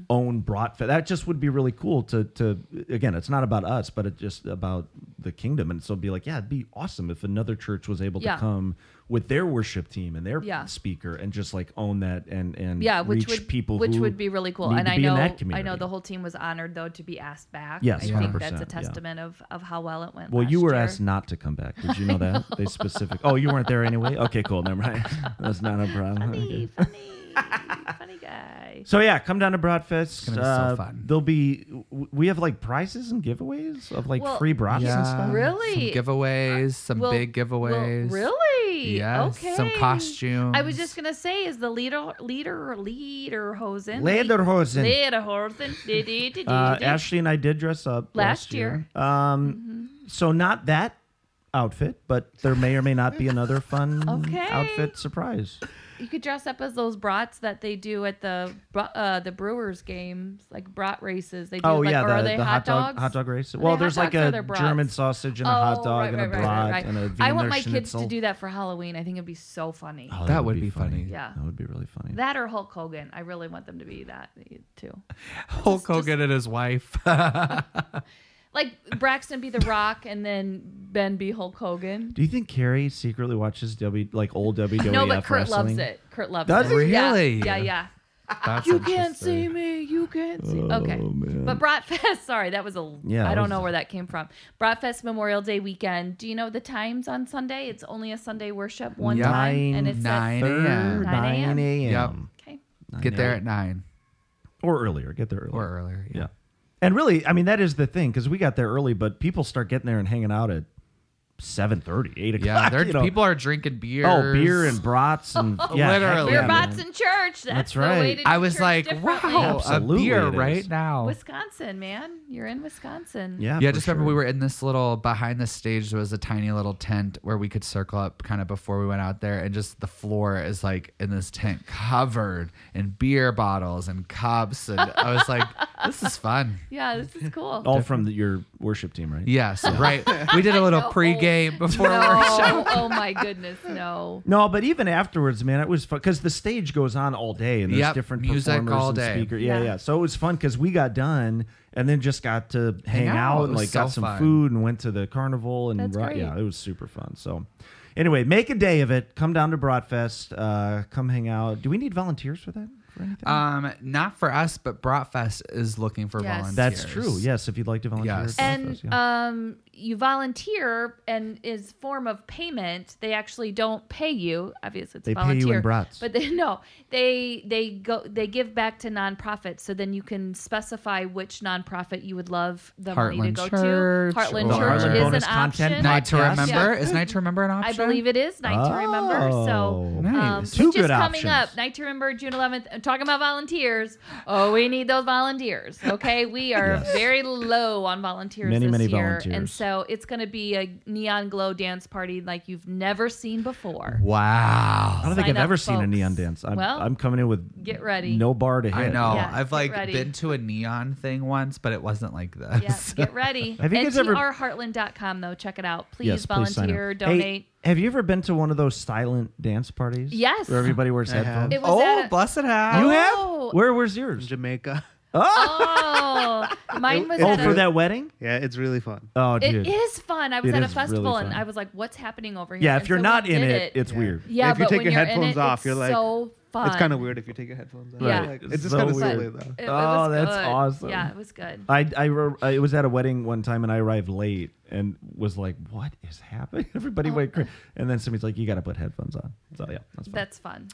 Speaker 2: own brought that just would be really cool to to again it's not about us but it's just about the kingdom and so it'd be like yeah it'd be awesome if another church was able
Speaker 4: Yeah.
Speaker 2: to come with their worship team and their
Speaker 4: Yeah.
Speaker 2: speaker and just like own that and and
Speaker 4: yeah, which
Speaker 2: reach
Speaker 4: would
Speaker 2: people
Speaker 4: which
Speaker 2: who
Speaker 4: would be really cool.
Speaker 2: need
Speaker 4: And
Speaker 2: to
Speaker 4: I
Speaker 2: be in
Speaker 4: know
Speaker 2: that
Speaker 4: I know
Speaker 2: community.
Speaker 4: the whole team was honored though to be asked back.
Speaker 2: Yes,
Speaker 4: I think that's
Speaker 2: 100%, yeah.
Speaker 4: a testament of of how well it went.
Speaker 2: well,
Speaker 4: last
Speaker 2: you were
Speaker 4: year.
Speaker 2: asked not to come back. Did you know
Speaker 4: *laughs*
Speaker 2: that? They specific. Oh, you weren't there anyway. Okay, cool. Never mind. That's not a problem. Okay.
Speaker 4: Funny, funny,
Speaker 2: *laughs*
Speaker 4: funny guy.
Speaker 2: So yeah, come down to Broadfest. It's
Speaker 3: gonna be so fun.
Speaker 2: There'll be w- we have like prizes and giveaways of like
Speaker 4: Well,
Speaker 2: free brats and stuff.
Speaker 4: Really?
Speaker 3: Some giveaways, some
Speaker 4: Well,
Speaker 3: big giveaways.
Speaker 4: Well, really?
Speaker 3: Yes.
Speaker 4: Okay.
Speaker 3: Some costumes.
Speaker 4: I was just gonna say, is the leader leader or leader hosen?
Speaker 2: Lederhosen.
Speaker 4: Leader hosen. *laughs* Dee, dee, dee, dee,
Speaker 2: Uh,
Speaker 4: dee.
Speaker 2: Ashley and I did dress up last,
Speaker 4: Last Mm-hmm.
Speaker 2: year. Um, so not that outfit, but there may or may not be another fun
Speaker 4: *laughs* Okay.
Speaker 2: outfit surprise.
Speaker 4: You could dress up as those brats that they do at the br- uh, the Brewers games, like brat races. They do
Speaker 2: Oh
Speaker 4: like,
Speaker 2: yeah,
Speaker 4: or are
Speaker 2: the,
Speaker 4: they
Speaker 2: the hot dog
Speaker 4: dogs?
Speaker 2: hot dog race.
Speaker 4: Are
Speaker 2: Well,
Speaker 4: they
Speaker 2: there's
Speaker 4: hot
Speaker 2: like
Speaker 4: dogs or
Speaker 2: a
Speaker 4: they're brats? Oh,
Speaker 2: German sausage and a hot dog
Speaker 4: right,
Speaker 2: and
Speaker 4: right,
Speaker 2: a
Speaker 4: right,
Speaker 2: brat
Speaker 4: right, right.
Speaker 2: and a Wiener
Speaker 4: I want my kids
Speaker 2: schnitzel.
Speaker 4: to do that for Halloween. I think it'd be so funny.
Speaker 2: Oh,
Speaker 3: That would be funny.
Speaker 4: Yeah.
Speaker 2: that would be really funny.
Speaker 4: That or Hulk Hogan. I really want them to be that too.
Speaker 3: Hulk Hogan and his wife. *laughs*
Speaker 4: Like Braxton be the Rock, and then Ben be Hulk Hogan.
Speaker 2: do you think Carrie secretly watches W like old WWE?
Speaker 4: *laughs* No, but Kurt
Speaker 2: wrestling?
Speaker 4: loves it. Kurt loves
Speaker 2: Does
Speaker 4: it.
Speaker 2: he?
Speaker 4: Yeah.
Speaker 3: Really?
Speaker 4: Yeah, yeah.
Speaker 3: That's
Speaker 4: you can't
Speaker 3: interesting.
Speaker 4: see me. You can't see. okay. But Bratfest, *laughs* sorry, that was a.
Speaker 2: Yeah,
Speaker 4: I
Speaker 2: that
Speaker 4: don't
Speaker 2: was-
Speaker 4: know where that came from. Bratfest Memorial Day weekend. Do you know the times on Sunday? It's only a Sunday worship one
Speaker 3: Yep.
Speaker 4: time, and it's at-
Speaker 3: Nine
Speaker 2: Third,
Speaker 3: a.m.
Speaker 2: 9
Speaker 4: 9
Speaker 2: a.m.
Speaker 4: Okay.
Speaker 3: Get there
Speaker 2: Yeah.
Speaker 3: at nine
Speaker 2: Or earlier. Get there earlier.
Speaker 3: or earlier.
Speaker 2: yeah. And really, I mean, that is the thing because we got there early, but people start getting there and hanging out at 7.30, 8 o'clock. *laughs*
Speaker 3: Yeah, they're,
Speaker 2: you know.
Speaker 3: people are drinking beer.
Speaker 2: Oh,
Speaker 3: *laughs*
Speaker 2: beer and brats and yeah, heck
Speaker 3: Literally.
Speaker 4: Beer
Speaker 2: Oh, yeah,
Speaker 4: bots
Speaker 2: man.
Speaker 4: in church. That's,
Speaker 2: That's
Speaker 4: the way
Speaker 2: right.
Speaker 4: to do
Speaker 3: I was
Speaker 4: church
Speaker 3: like,
Speaker 4: differently.
Speaker 3: wow,
Speaker 2: Absolutely
Speaker 3: a beer
Speaker 2: it is.
Speaker 3: right now.
Speaker 4: Wisconsin, man. You're in Wisconsin.
Speaker 2: Yeah,
Speaker 3: yeah,
Speaker 2: for
Speaker 3: just remember
Speaker 2: sure.
Speaker 3: we were in this little behind the stage was a tiny little tent where we could circle up kind of before we went out there, and just the floor is like in this tent covered in beer bottles and cups, and I was
Speaker 4: *laughs*
Speaker 3: like, this is fun.
Speaker 4: Yeah, this is
Speaker 2: *laughs*
Speaker 4: cool.
Speaker 2: all from the, your worship team, right?
Speaker 3: Yes, right. We
Speaker 4: *laughs*
Speaker 3: did a little
Speaker 4: know.
Speaker 3: pregame before worship.
Speaker 4: Oh, *laughs* oh my goodness, no.
Speaker 2: No, but even afterwards, man, it was fun because the stage goes on all day and there's
Speaker 3: Yep,
Speaker 2: different
Speaker 3: music
Speaker 2: performers
Speaker 3: all
Speaker 2: and
Speaker 3: day.
Speaker 2: speakers. Yeah, yeah,
Speaker 4: Yeah.
Speaker 2: So it was fun because we got done and then just got to hang,
Speaker 3: Hang out.
Speaker 2: out,
Speaker 3: It
Speaker 2: and
Speaker 3: was
Speaker 2: like got
Speaker 3: so
Speaker 2: some
Speaker 3: fun.
Speaker 2: food and went to the carnival and
Speaker 4: That's
Speaker 2: ro-
Speaker 4: great.
Speaker 2: yeah, it was super fun. So anyway, make a day of it. Come down to Broadfest. Uh, come hang out. Do we need volunteers for that? For anything?
Speaker 3: Um, not for us, but Bratfest is looking for
Speaker 4: Yes.
Speaker 3: volunteers.
Speaker 2: That's true. Yes, if you'd like to volunteer.
Speaker 3: Yes.
Speaker 2: at
Speaker 4: and
Speaker 2: Broadfest, yeah.
Speaker 4: um, you volunteer and is form of payment they actually don't pay you obviously it's
Speaker 2: They
Speaker 4: a
Speaker 2: pay you in
Speaker 4: volunteer
Speaker 2: brats.
Speaker 4: but they *laughs* no they they go they give back to nonprofits so then you can specify which nonprofit you would love the money to
Speaker 3: Heartland
Speaker 4: go
Speaker 3: Church
Speaker 4: to heartland
Speaker 3: or-
Speaker 4: church
Speaker 3: Heartland
Speaker 4: is
Speaker 2: Bonus
Speaker 4: an
Speaker 2: Content
Speaker 4: option
Speaker 3: Night to
Speaker 2: Podcast.
Speaker 3: remember
Speaker 4: Yeah.
Speaker 3: is night to remember an option.
Speaker 4: I believe it is night to remember.
Speaker 2: Oh,
Speaker 4: So, um,
Speaker 2: nice.
Speaker 4: which
Speaker 2: Two
Speaker 4: is
Speaker 2: good options.
Speaker 4: coming up. Night to remember, June 11th. I'm talking about volunteers. Oh, we need those volunteers.
Speaker 2: *laughs*
Speaker 4: Okay, we are
Speaker 2: Yes.
Speaker 4: very low on volunteers
Speaker 2: Many,
Speaker 4: this
Speaker 2: many
Speaker 4: year, and
Speaker 2: volunteers.
Speaker 4: so it's going to be a neon glow dance party like you've never seen before.
Speaker 3: Wow.
Speaker 2: I don't think
Speaker 4: Sign
Speaker 2: I've
Speaker 4: up,
Speaker 2: ever seen a
Speaker 4: folks.
Speaker 2: neon dance. I'm,
Speaker 4: Well,
Speaker 2: I'm coming in with
Speaker 4: get ready.
Speaker 2: No bar to hit.
Speaker 3: I know.
Speaker 4: Yeah,
Speaker 3: I've
Speaker 4: get
Speaker 3: like
Speaker 4: ready.
Speaker 3: been to a neon thing once, but it wasn't like this. *laughs*
Speaker 4: Yeah, get ready.
Speaker 2: *laughs* Have you guys ever-
Speaker 4: NTRheartland.com though. Check it out. Please
Speaker 2: yes, please sign up.
Speaker 4: volunteer,
Speaker 2: Hey,
Speaker 4: donate.
Speaker 2: have you ever been to one of those silent dance parties?
Speaker 4: Yes.
Speaker 2: Where everybody wears headphones?
Speaker 4: It was
Speaker 3: oh,
Speaker 4: at a-
Speaker 3: blessed house.
Speaker 2: you
Speaker 4: Oh.
Speaker 2: have? Where was yours?
Speaker 5: Jamaica.
Speaker 4: *laughs*
Speaker 5: *laughs*
Speaker 4: Oh,
Speaker 2: *laughs*
Speaker 4: mine was
Speaker 5: It-
Speaker 2: Oh,
Speaker 4: at a-
Speaker 2: for that wedding?
Speaker 5: Yeah, it's really fun.
Speaker 2: Oh,
Speaker 4: It
Speaker 2: dude.
Speaker 4: is fun. I was
Speaker 2: It
Speaker 4: at a
Speaker 2: is really
Speaker 4: festival
Speaker 2: fun.
Speaker 4: and I was like, "What's happening over here?"
Speaker 2: Yeah,
Speaker 4: And
Speaker 2: if you're
Speaker 4: so we
Speaker 2: not in
Speaker 4: did
Speaker 2: it, it's
Speaker 5: Yeah.
Speaker 2: weird.
Speaker 4: yeah.
Speaker 5: If you
Speaker 4: but
Speaker 5: take
Speaker 4: when
Speaker 5: your
Speaker 4: you're in
Speaker 5: headphones
Speaker 4: it,
Speaker 5: off,
Speaker 4: it's
Speaker 5: you're like-
Speaker 4: so fun.
Speaker 5: It's kind of weird if you take your headphones off.
Speaker 4: Right.
Speaker 5: Like,
Speaker 2: It's
Speaker 5: it's, just
Speaker 2: so
Speaker 5: kind of
Speaker 2: weird.
Speaker 5: silly though.
Speaker 4: It- it
Speaker 2: Oh,
Speaker 4: was
Speaker 2: that's
Speaker 4: good.
Speaker 2: awesome.
Speaker 4: Yeah, it was good.
Speaker 2: I, I, re- I it was at a wedding one time and I arrived late and was like, what is happening? *laughs*
Speaker 4: Oh.
Speaker 2: Everybody went crazy. And then somebody's like, you got to put headphones on. So, yeah, that's fine.
Speaker 4: That's fun.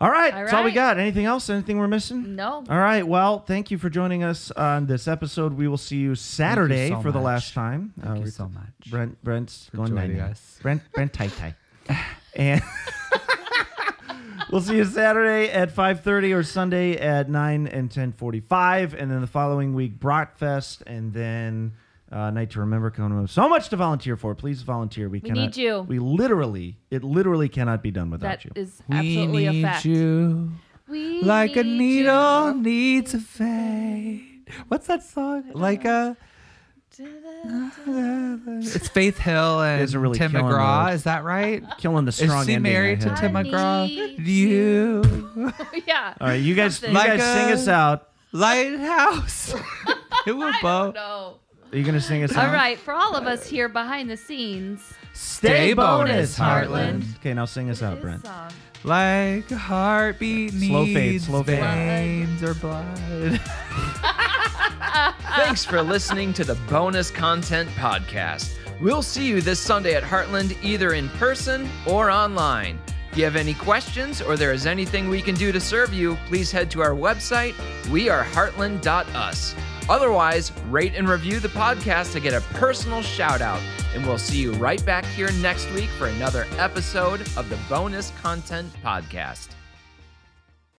Speaker 2: All right,
Speaker 4: All
Speaker 2: that's all we
Speaker 4: right.
Speaker 2: got. Anything else? Anything we're missing?
Speaker 4: No.
Speaker 2: All right. Well, thank you for joining us on this episode. We will see you Saturday
Speaker 3: so
Speaker 2: for the
Speaker 3: much.
Speaker 2: last time. Uh,
Speaker 3: Thank you
Speaker 2: we-
Speaker 3: so much.
Speaker 2: Brent, Brent's going
Speaker 3: joining
Speaker 2: nine.
Speaker 3: us.
Speaker 2: Brent, Brent, tight, tight. *laughs* and we'll see you Saturday at five thirty or Sunday at nine and ten forty-five, and then the following week, Bratfest, and then. Uh, night to remember coming up. So much to volunteer for. Please volunteer. We,
Speaker 4: We
Speaker 2: cannot.
Speaker 4: need you.
Speaker 2: We literally, it literally cannot be done without
Speaker 4: That
Speaker 2: you.
Speaker 4: is
Speaker 3: We
Speaker 4: absolutely
Speaker 3: need
Speaker 4: a fact.
Speaker 3: you
Speaker 4: We
Speaker 3: like a
Speaker 4: need
Speaker 3: needle *laughs*
Speaker 4: *laughs*
Speaker 3: needs a fade. What's that song? Like a.
Speaker 4: you. *laughs*
Speaker 3: It's Faith Hill and
Speaker 2: guys are really
Speaker 3: Tim
Speaker 2: killing
Speaker 3: McGraw.
Speaker 2: those.
Speaker 3: Is that
Speaker 4: *laughs*
Speaker 3: right?
Speaker 2: Killing the
Speaker 3: Is
Speaker 2: strong
Speaker 3: she
Speaker 2: ending I
Speaker 3: married to
Speaker 2: had.
Speaker 3: Tim
Speaker 4: I
Speaker 3: McGraw?
Speaker 4: need
Speaker 3: You
Speaker 4: yeah.
Speaker 2: All right, you guys, you
Speaker 3: Like
Speaker 2: guys sing
Speaker 3: a-
Speaker 2: us out.
Speaker 3: *laughs* lighthouse. *laughs* it will bow.
Speaker 4: No.
Speaker 2: Are you gonna sing us out?
Speaker 4: All right, for all of us here behind the scenes,
Speaker 3: Stay bonus, Heartland.
Speaker 2: Okay, now sing us out,
Speaker 4: this
Speaker 2: Brent.
Speaker 4: song.
Speaker 3: Like a heartbeat
Speaker 2: Slow fade,
Speaker 3: needs
Speaker 2: slow fade.
Speaker 3: veins or blood.
Speaker 1: Thanks for listening to the Bonus Content Podcast. We'll see you this Sunday at Heartland, either in person or online. If you have any questions or there is anything we can do to serve you, please head to our website, weareheartland.us. Otherwise, rate and review the podcast to get a personal shout out. And we'll see you right back here next week for another episode of the Bonus Content Podcast.